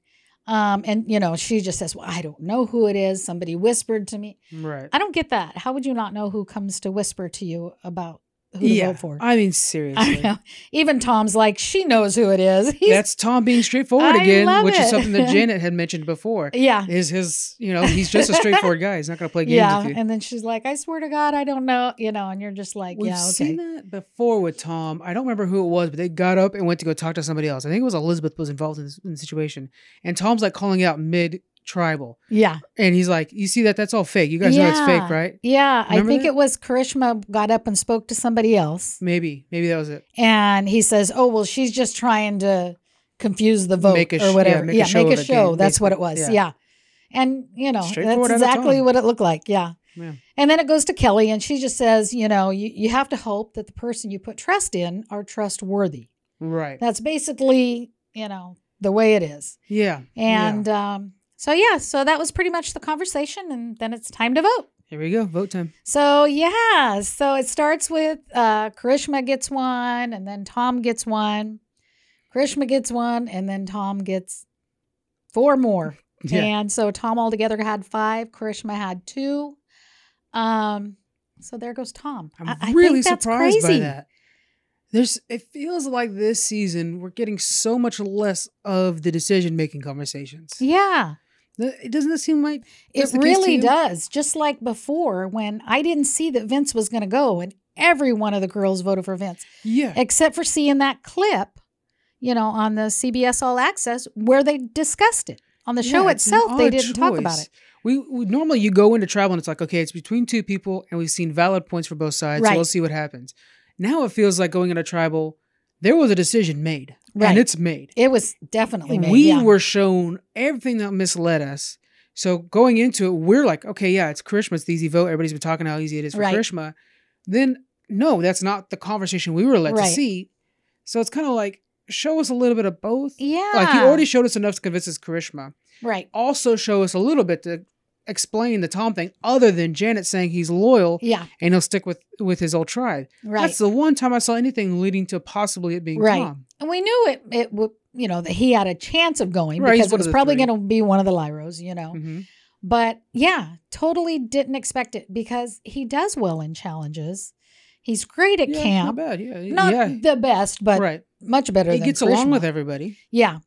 [SPEAKER 2] Um, and you know, she just says, Well, I don't know who it is. Somebody whispered to me.
[SPEAKER 1] right.
[SPEAKER 2] I don't get that. How would you not know who comes to whisper to you about who to
[SPEAKER 1] yeah.
[SPEAKER 2] vote for?
[SPEAKER 1] I mean,
[SPEAKER 2] I
[SPEAKER 1] seriously.
[SPEAKER 2] don't know. Even Tom's like, she knows who it is. He's,
[SPEAKER 1] That's Tom being straightforward
[SPEAKER 2] I
[SPEAKER 1] again,
[SPEAKER 2] love
[SPEAKER 1] which is
[SPEAKER 2] it.
[SPEAKER 1] something that Janet had mentioned before.
[SPEAKER 2] yeah,
[SPEAKER 1] Is his, you know, he's just a straightforward guy. He's not going to play games
[SPEAKER 2] yeah.
[SPEAKER 1] with you.
[SPEAKER 2] And then she's like, I swear to God, I don't know, you know. And you're just like,
[SPEAKER 1] We've
[SPEAKER 2] yeah, okay,
[SPEAKER 1] seen that before with Tom. I don't remember who it was, but they got up and went to go talk to somebody else. I think it was Elizabeth was involved in, this, in the situation, and Tom's like calling out mid tribal,
[SPEAKER 2] yeah,
[SPEAKER 1] and he's like, "You see that? That's all fake. You guys know it's fake,
[SPEAKER 2] Yeah.
[SPEAKER 1] right?
[SPEAKER 2] yeah. I
[SPEAKER 1] Remember
[SPEAKER 2] think
[SPEAKER 1] that?
[SPEAKER 2] it was Karishma got up and spoke to somebody else,
[SPEAKER 1] Maybe, maybe that was it.
[SPEAKER 2] and he says, oh well, she's just trying to confuse the vote
[SPEAKER 1] Make a sh-
[SPEAKER 2] or
[SPEAKER 1] yeah,
[SPEAKER 2] whatever.
[SPEAKER 1] make a show of it,
[SPEAKER 2] show.
[SPEAKER 1] ba-
[SPEAKER 2] That's what it was.
[SPEAKER 1] basically.
[SPEAKER 2] Yeah. And you know,
[SPEAKER 1] Straightforward
[SPEAKER 2] that's
[SPEAKER 1] out of
[SPEAKER 2] exactly
[SPEAKER 1] Tom.
[SPEAKER 2] what it looked like. Yeah.
[SPEAKER 1] Yeah,
[SPEAKER 2] And then it goes to Kelly, and she just says, you know, you, you have to hope that the person you put trust in are trustworthy.
[SPEAKER 1] right.
[SPEAKER 2] That's basically, you know, the way it is.
[SPEAKER 1] Yeah. yeah.
[SPEAKER 2] And um, so, yeah, so that was pretty much the conversation. And then it's time to vote.
[SPEAKER 1] here we go. Vote time.
[SPEAKER 2] So, yeah, so it starts with uh, Karishma gets one, and then Tom gets one. Karishma gets one, and then Tom gets four more.
[SPEAKER 1] Yeah.
[SPEAKER 2] And so Tom altogether had five, Karishma had two. Um, so there goes Tom.
[SPEAKER 1] I'm
[SPEAKER 2] I- I
[SPEAKER 1] really
[SPEAKER 2] think that's
[SPEAKER 1] surprised
[SPEAKER 2] crazy.
[SPEAKER 1] by that. There's it feels like this season we're getting so much less of the decision making conversations.
[SPEAKER 2] Yeah,
[SPEAKER 1] Th- Doesn't that seem like That's
[SPEAKER 2] it
[SPEAKER 1] the case to
[SPEAKER 2] really
[SPEAKER 1] you?
[SPEAKER 2] does. Just like before, when I didn't see that Vince was going to go, and every one of the girls voted for Vince,
[SPEAKER 1] yeah.
[SPEAKER 2] except for seeing that clip, you know, on the CBS All Access where they discussed it on the show
[SPEAKER 1] Yeah, it's an
[SPEAKER 2] itself. They
[SPEAKER 1] odd
[SPEAKER 2] didn't talk about
[SPEAKER 1] choice.
[SPEAKER 2] it.
[SPEAKER 1] We, we normally you go into travel and it's like okay, it's between two people and we've seen valid points for both sides,
[SPEAKER 2] Right.
[SPEAKER 1] so we'll see what happens. Now it feels like going into tribal. there was a decision made,
[SPEAKER 2] Right.
[SPEAKER 1] and it's made.
[SPEAKER 2] It was definitely made.
[SPEAKER 1] we
[SPEAKER 2] yeah.
[SPEAKER 1] were shown everything that misled us. So going into it, we're like, okay, yeah, it's Krishma, it's the easy vote. Everybody's been talking how easy it is for
[SPEAKER 2] Right.
[SPEAKER 1] Krishma. Then no, that's not the conversation we were led
[SPEAKER 2] Right.
[SPEAKER 1] to see. So it's kind of like show us a little bit of both.
[SPEAKER 2] yeah.
[SPEAKER 1] Like you already showed us enough to convince us Krishma.
[SPEAKER 2] right.
[SPEAKER 1] Also show us a little bit to explain the Tom thing, other than Janet saying he's loyal
[SPEAKER 2] Yeah.
[SPEAKER 1] and he'll stick with with his old tribe.
[SPEAKER 2] Right.
[SPEAKER 1] That's the one time I saw anything leading to possibly it being
[SPEAKER 2] Right.
[SPEAKER 1] Tom.
[SPEAKER 2] and we knew it. It would. You know that he had a chance of going
[SPEAKER 1] Right, he's
[SPEAKER 2] because it
[SPEAKER 1] one of
[SPEAKER 2] was
[SPEAKER 1] the
[SPEAKER 2] probably
[SPEAKER 1] three.
[SPEAKER 2] going to be one of the Lyros. You know.
[SPEAKER 1] Mhm.
[SPEAKER 2] But yeah, totally didn't expect it because he does well in challenges. He's great at
[SPEAKER 1] Yeah, Not
[SPEAKER 2] camp.
[SPEAKER 1] bad. Yeah.
[SPEAKER 2] Not
[SPEAKER 1] yeah.
[SPEAKER 2] the best, but
[SPEAKER 1] right.
[SPEAKER 2] much better
[SPEAKER 1] He
[SPEAKER 2] than
[SPEAKER 1] gets along
[SPEAKER 2] Krishma.
[SPEAKER 1] with everybody.
[SPEAKER 2] Yeah.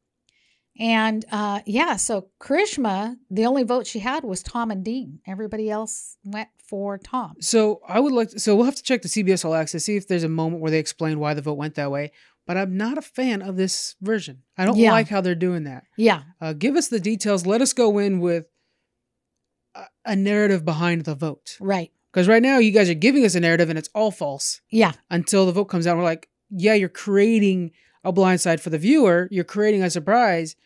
[SPEAKER 2] And uh, yeah, so Krishma, the only vote she had was Tom and Dean. Everybody else went for Tom.
[SPEAKER 1] So I would like. To, so we'll have to check the CBS All Access see if there's a moment where they explain why the vote went that way. But I'm not a fan of this version. I don't
[SPEAKER 2] Yeah.
[SPEAKER 1] like how they're doing that.
[SPEAKER 2] Yeah,
[SPEAKER 1] Uh, give us the details. Let us go in with a, a narrative behind the vote.
[SPEAKER 2] right.
[SPEAKER 1] Because right now you guys are giving us a narrative and it's all false
[SPEAKER 2] Yeah,
[SPEAKER 1] until the vote comes out. And we're like, yeah, you're creating a blind side for the viewer. You're creating a surprise.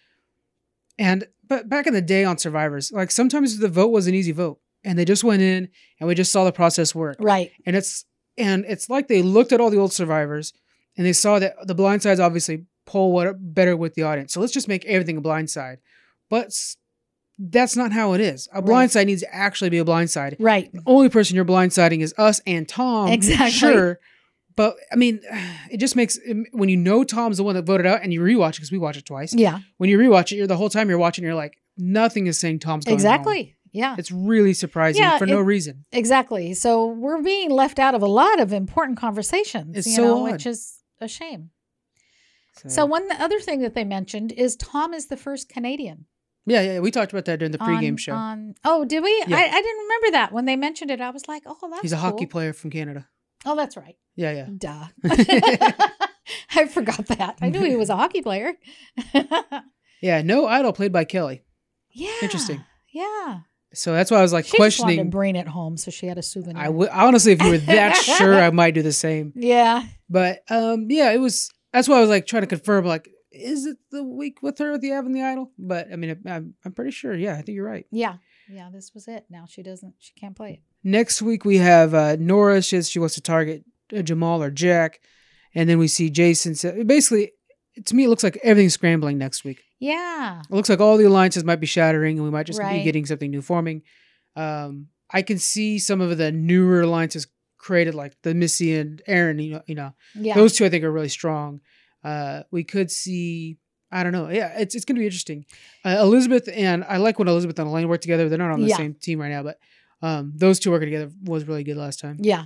[SPEAKER 1] And but back in the day on Survivors, like sometimes the vote was an easy vote, and they just went in and we just saw the process work.
[SPEAKER 2] right.
[SPEAKER 1] and it's and it's like they looked at all the old survivors and they saw that the blind sides obviously pull what better with the audience so let's just make everything a blind side but s- that's not how it is a
[SPEAKER 2] Right.
[SPEAKER 1] blind side needs to actually be a blind side
[SPEAKER 2] Right.
[SPEAKER 1] the only person you're blindsiding is us and tom
[SPEAKER 2] Exactly.
[SPEAKER 1] sure but i mean it just makes when you know tom's the one that voted out and you rewatch it because we watch it twice
[SPEAKER 2] Yeah,
[SPEAKER 1] when you rewatch it you're the whole time you're watching you're like nothing is saying tom's going home.
[SPEAKER 2] exactly. Yeah,
[SPEAKER 1] it's really surprising
[SPEAKER 2] Yeah,
[SPEAKER 1] for no
[SPEAKER 2] it-
[SPEAKER 1] reason
[SPEAKER 2] exactly. So we're being left out of a lot of important conversations,
[SPEAKER 1] It's
[SPEAKER 2] you
[SPEAKER 1] so
[SPEAKER 2] know,
[SPEAKER 1] odd.
[SPEAKER 2] which is a shame. So, one the other thing that they mentioned is Tom is the first Canadian.
[SPEAKER 1] Yeah, yeah, we talked about that during the pregame
[SPEAKER 2] on-
[SPEAKER 1] show.
[SPEAKER 2] on- oh, did we?
[SPEAKER 1] Yeah.
[SPEAKER 2] I, I didn't remember that. When they mentioned it, I was like, oh, that's
[SPEAKER 1] He's a hockey
[SPEAKER 2] cool.
[SPEAKER 1] player from Canada.
[SPEAKER 2] Oh, that's right.
[SPEAKER 1] Yeah, yeah.
[SPEAKER 2] Duh. I forgot that. I knew he was a hockey player.
[SPEAKER 1] Yeah, no idol played by Kelly.
[SPEAKER 2] yeah.
[SPEAKER 1] Interesting.
[SPEAKER 2] Yeah.
[SPEAKER 1] So that's why I was like
[SPEAKER 2] she just wanted to
[SPEAKER 1] questioning.
[SPEAKER 2] bring it home, so she had a souvenir.
[SPEAKER 1] I would honestly if you were that sure I might do the same.
[SPEAKER 2] yeah.
[SPEAKER 1] But um yeah, it was that's why I was like trying to confirm like is it the week with her with the having the idol? But I mean I, I'm I'm pretty sure. Yeah, I think you're right.
[SPEAKER 2] Yeah. Yeah. This was it. Now she doesn't. She can't play it.
[SPEAKER 1] Next week we have uh Nora she says she wants to target uh, Jamal or Jack and then we see Jason so basically to me it looks like everything's scrambling next week.
[SPEAKER 2] Yeah.
[SPEAKER 1] It looks like all the alliances might be shattering and we might just
[SPEAKER 2] Right.
[SPEAKER 1] be getting something new forming. Um, I can see some of the newer alliances created, like the Missy and Aaron, you know, you know.
[SPEAKER 2] Yeah.
[SPEAKER 1] Those two I think are really strong. Uh, we could see I don't know. Yeah, it's it's gonna be interesting. Uh, Elizabeth and I like when Elizabeth and Elaine work together. They're not on the
[SPEAKER 2] Yeah.
[SPEAKER 1] same team right now, but um, those two working together was really good last time.
[SPEAKER 2] yeah.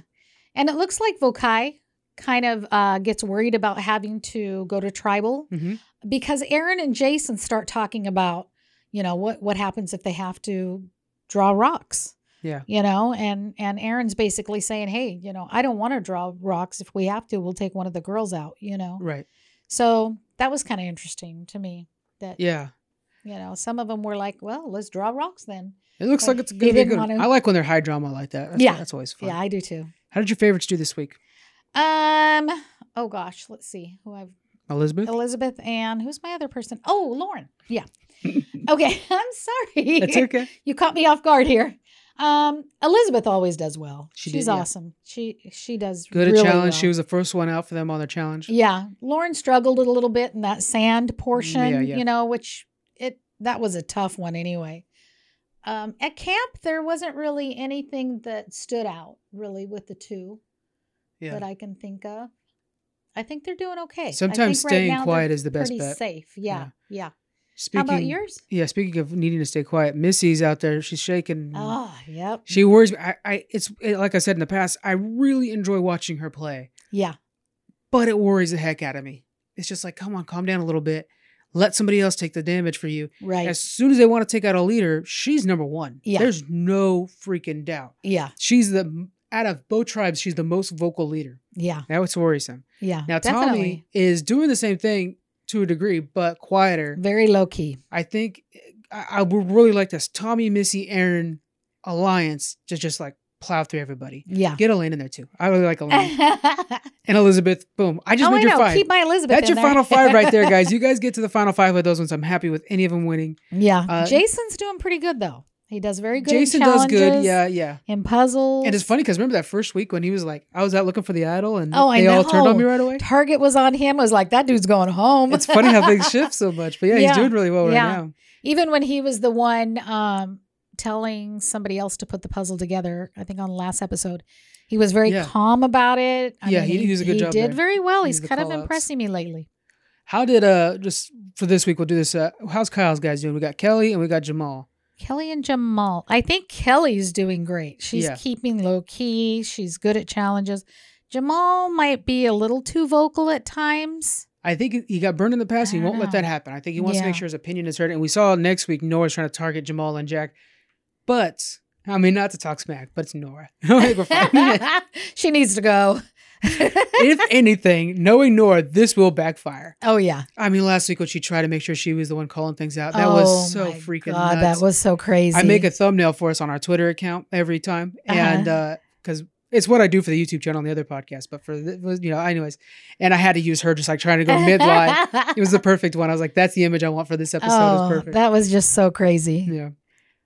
[SPEAKER 2] And it looks like Vokai kind of uh, gets worried about having to go to tribal
[SPEAKER 1] Mhm.
[SPEAKER 2] because Aaron and Jason start talking about, you know, what what happens if they have to draw rocks.
[SPEAKER 1] Yeah.
[SPEAKER 2] You know, and and Aaron's basically saying, "Hey, you know, I don't want to draw rocks. If we have to, we'll take one of the girls out." You know.
[SPEAKER 1] Right.
[SPEAKER 2] So that was kind of interesting to me. That
[SPEAKER 1] Yeah.
[SPEAKER 2] you know, some of them were like, "Well, let's draw rocks then."
[SPEAKER 1] It looks
[SPEAKER 2] Like,
[SPEAKER 1] like it's
[SPEAKER 2] he
[SPEAKER 1] gonna be
[SPEAKER 2] didn't
[SPEAKER 1] good.
[SPEAKER 2] wanna-
[SPEAKER 1] I like when they're high drama like that. That's,
[SPEAKER 2] Yeah.
[SPEAKER 1] That's always fun.
[SPEAKER 2] Yeah, I do too.
[SPEAKER 1] How did your favorites do this week?
[SPEAKER 2] Um. Oh gosh, let's see who I've
[SPEAKER 1] Elizabeth?
[SPEAKER 2] Elizabeth and who's my other person? Oh, Lauren. Yeah. Okay, I'm sorry.
[SPEAKER 1] That's okay.
[SPEAKER 2] you caught me off guard here. Um, Elizabeth always does well.
[SPEAKER 1] She
[SPEAKER 2] She's
[SPEAKER 1] did, yeah.
[SPEAKER 2] awesome. She she does
[SPEAKER 1] Good at
[SPEAKER 2] really
[SPEAKER 1] challenge.
[SPEAKER 2] well.
[SPEAKER 1] She was the first one out for them on the challenge.
[SPEAKER 2] yeah. Lauren struggled a little bit in that sand portion,
[SPEAKER 1] yeah.
[SPEAKER 2] you know, which it that was a tough one anyway. Um, at camp, there wasn't really anything that stood out really with the two that I can think of. I think they're doing okay. I think
[SPEAKER 1] Sometimes
[SPEAKER 2] right
[SPEAKER 1] staying
[SPEAKER 2] now they're
[SPEAKER 1] quiet is the best
[SPEAKER 2] pretty
[SPEAKER 1] bet.
[SPEAKER 2] safe. Yeah, yeah.
[SPEAKER 1] Speaking,
[SPEAKER 2] How about yours?
[SPEAKER 1] Yeah, speaking of needing to stay quiet, Missy's out there. She's shaking.
[SPEAKER 2] Ah, yep.
[SPEAKER 1] Mm. She worries me. I, I it's it, like I said in the past. I really enjoy watching her play,
[SPEAKER 2] Yeah,
[SPEAKER 1] but it worries the heck out of me. It's just like, come on, calm down a little bit. Let somebody else take the damage for you.
[SPEAKER 2] right.
[SPEAKER 1] As soon as they want to take out a leader, she's number one.
[SPEAKER 2] Yeah.
[SPEAKER 1] There's no freaking doubt.
[SPEAKER 2] yeah,
[SPEAKER 1] She's the out of both tribes, she's the most vocal leader.
[SPEAKER 2] yeah,
[SPEAKER 1] Now it's worrisome.
[SPEAKER 2] yeah.
[SPEAKER 1] Now
[SPEAKER 2] definitely.
[SPEAKER 1] Tommy is doing the same thing to a degree, but quieter.
[SPEAKER 2] Very low key.
[SPEAKER 1] I think I, I would really like this Tommy, Missy, Aaron alliance to just like plow through everybody.
[SPEAKER 2] Yeah.
[SPEAKER 1] Get Elaine in there too. I really like Elaine and Elizabeth. Boom. I just
[SPEAKER 2] oh, I
[SPEAKER 1] need your
[SPEAKER 2] know.
[SPEAKER 1] five.
[SPEAKER 2] Keep my Elizabeth.
[SPEAKER 1] That's
[SPEAKER 2] in
[SPEAKER 1] your
[SPEAKER 2] there.
[SPEAKER 1] final five right there, guys. You guys get to the final five of those ones. I'm happy with any of them winning.
[SPEAKER 2] yeah.
[SPEAKER 1] Uh,
[SPEAKER 2] Jason's doing pretty good though. He does very good. in
[SPEAKER 1] Jason does good.
[SPEAKER 2] challenges,
[SPEAKER 1] Yeah, yeah.
[SPEAKER 2] In puzzles.
[SPEAKER 1] And it's funny because remember that first week when he was like, I was out looking for the idol and
[SPEAKER 2] Oh, I
[SPEAKER 1] they all turned on me
[SPEAKER 2] know.
[SPEAKER 1] right away.
[SPEAKER 2] Target was on him. I was like, that dude's going home.
[SPEAKER 1] It's funny how things shift so much. But yeah,
[SPEAKER 2] Yeah.
[SPEAKER 1] he's doing really well right
[SPEAKER 2] Yeah.
[SPEAKER 1] now.
[SPEAKER 2] Even when he was the one um, telling somebody else to put the puzzle together, I think on the last episode, he was very
[SPEAKER 1] Yeah.
[SPEAKER 2] calm about it. I
[SPEAKER 1] Yeah, he- he does a good
[SPEAKER 2] he
[SPEAKER 1] job
[SPEAKER 2] did
[SPEAKER 1] there.
[SPEAKER 2] very well.
[SPEAKER 1] He
[SPEAKER 2] He's
[SPEAKER 1] did the
[SPEAKER 2] kind of
[SPEAKER 1] call-outs.
[SPEAKER 2] impressing me lately.
[SPEAKER 1] How did uh just for this week we'll do this uh how's Kyle's guys doing? We got Kelly and we got Jamal.
[SPEAKER 2] Kelly and Jamal. I think Kelly's doing great. She's
[SPEAKER 1] Yeah.
[SPEAKER 2] keeping low key. She's good at challenges. Jamal might be a little too vocal at times.
[SPEAKER 1] I think he got burned in the past. and He
[SPEAKER 2] I
[SPEAKER 1] won't
[SPEAKER 2] don't
[SPEAKER 1] let
[SPEAKER 2] know.
[SPEAKER 1] that happen. I think he wants to
[SPEAKER 2] Yeah.
[SPEAKER 1] make sure his opinion is heard. And we saw next week Nora's trying to target Jamal and Jack. But I mean not to talk smack, but it's Nora. I think we're fine.
[SPEAKER 2] she needs to go.
[SPEAKER 1] if anything, knowing Nora, this will backfire.
[SPEAKER 2] oh yeah.
[SPEAKER 1] I mean, last week when she tried to make sure she was the one calling things out, that
[SPEAKER 2] Oh,
[SPEAKER 1] was so
[SPEAKER 2] my
[SPEAKER 1] freaking
[SPEAKER 2] God,
[SPEAKER 1] nuts.
[SPEAKER 2] That was so crazy.
[SPEAKER 1] I make a thumbnail for us on our Twitter account every time,
[SPEAKER 2] Uh-huh.
[SPEAKER 1] and because it's what I do for the YouTube channel and the other podcast, but for the, you know, anyways, and I had to use her just like trying to go midline. it was the perfect one. I was like, that's the image I want for this episode.
[SPEAKER 2] oh,
[SPEAKER 1] is perfect.
[SPEAKER 2] that was just so crazy.
[SPEAKER 1] yeah.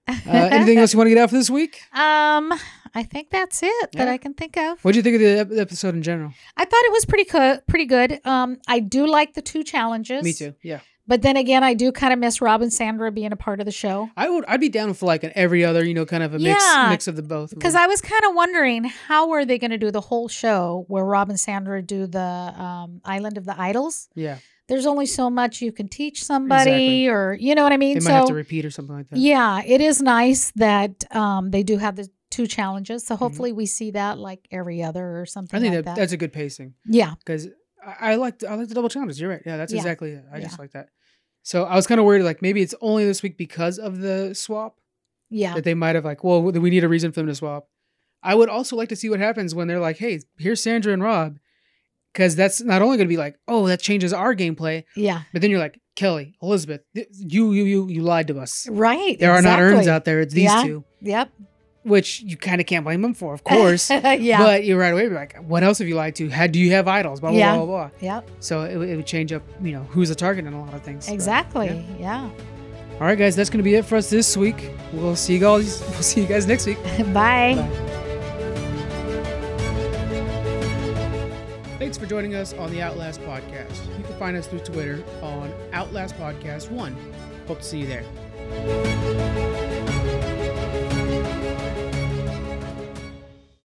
[SPEAKER 1] Uh, anything else you want to get out for this week?
[SPEAKER 2] Um, I think that's it that
[SPEAKER 1] Yeah.
[SPEAKER 2] I can think of.
[SPEAKER 1] What would you think of the ep- episode in general?
[SPEAKER 2] I thought it was pretty co- pretty good. Um, I do like the two challenges.
[SPEAKER 1] Me too. Yeah,
[SPEAKER 2] But then again, I do kind of miss Rob and Sandra being a part of the show
[SPEAKER 1] I would. I'd be down for like an every other, you know, kind of a mix
[SPEAKER 2] Yeah.
[SPEAKER 1] mix of the both. of
[SPEAKER 2] because
[SPEAKER 1] them.
[SPEAKER 2] I was kind of wondering how are they going to do the whole show where Rob and Sandra do the um, Island of the Idols.
[SPEAKER 1] yeah,
[SPEAKER 2] There's only so much you can teach somebody,
[SPEAKER 1] Exactly.
[SPEAKER 2] or you know what I
[SPEAKER 1] they
[SPEAKER 2] mean.
[SPEAKER 1] might
[SPEAKER 2] so
[SPEAKER 1] have to repeat or something like that.
[SPEAKER 2] Yeah, it is nice that um, they do have the two challenges. So hopefully we see that like every other or
[SPEAKER 1] Mm-hmm.
[SPEAKER 2] something
[SPEAKER 1] I think
[SPEAKER 2] like
[SPEAKER 1] that,
[SPEAKER 2] that.
[SPEAKER 1] that's a good pacing
[SPEAKER 2] yeah.
[SPEAKER 1] because I, I like I like the double challenges. You're right. Yeah, that's
[SPEAKER 2] Yeah.
[SPEAKER 1] exactly it. I
[SPEAKER 2] Yeah.
[SPEAKER 1] just like that. So I was kind of worried, like maybe it's only this week because of the swap
[SPEAKER 2] Yeah.
[SPEAKER 1] that they might have like, well, we need a reason for them to swap. I would also like to see what happens when they're like, hey, here's Sandra and Rob, because that's not only going to be like, oh, that changes our gameplay,
[SPEAKER 2] Yeah.
[SPEAKER 1] but then you're like, Kelly, Elizabeth, th- you you you you lied to us.
[SPEAKER 2] Right.
[SPEAKER 1] There are not urns
[SPEAKER 2] exactly.
[SPEAKER 1] out there. It's these
[SPEAKER 2] Yeah.
[SPEAKER 1] two,
[SPEAKER 2] Yep.
[SPEAKER 1] which you kind of can't blame them for, of course.
[SPEAKER 2] yeah.
[SPEAKER 1] But you're right away. You're like, what else have you lied to? How do you have idols? Blah blah
[SPEAKER 2] Yeah.
[SPEAKER 1] blah blah. blah.
[SPEAKER 2] yep.
[SPEAKER 1] So it, would- it would change up, you know, who's the target in a lot of things. But-
[SPEAKER 2] Exactly. yeah.
[SPEAKER 1] all right, guys, that's gonna be it for us this week. We'll see you guys. We'll see you guys next week.
[SPEAKER 2] Bye.
[SPEAKER 1] Bye. Thanks for joining us on the Outlast Podcast. You can find us through Twitter on Outlast Podcast One. Hope to see you there.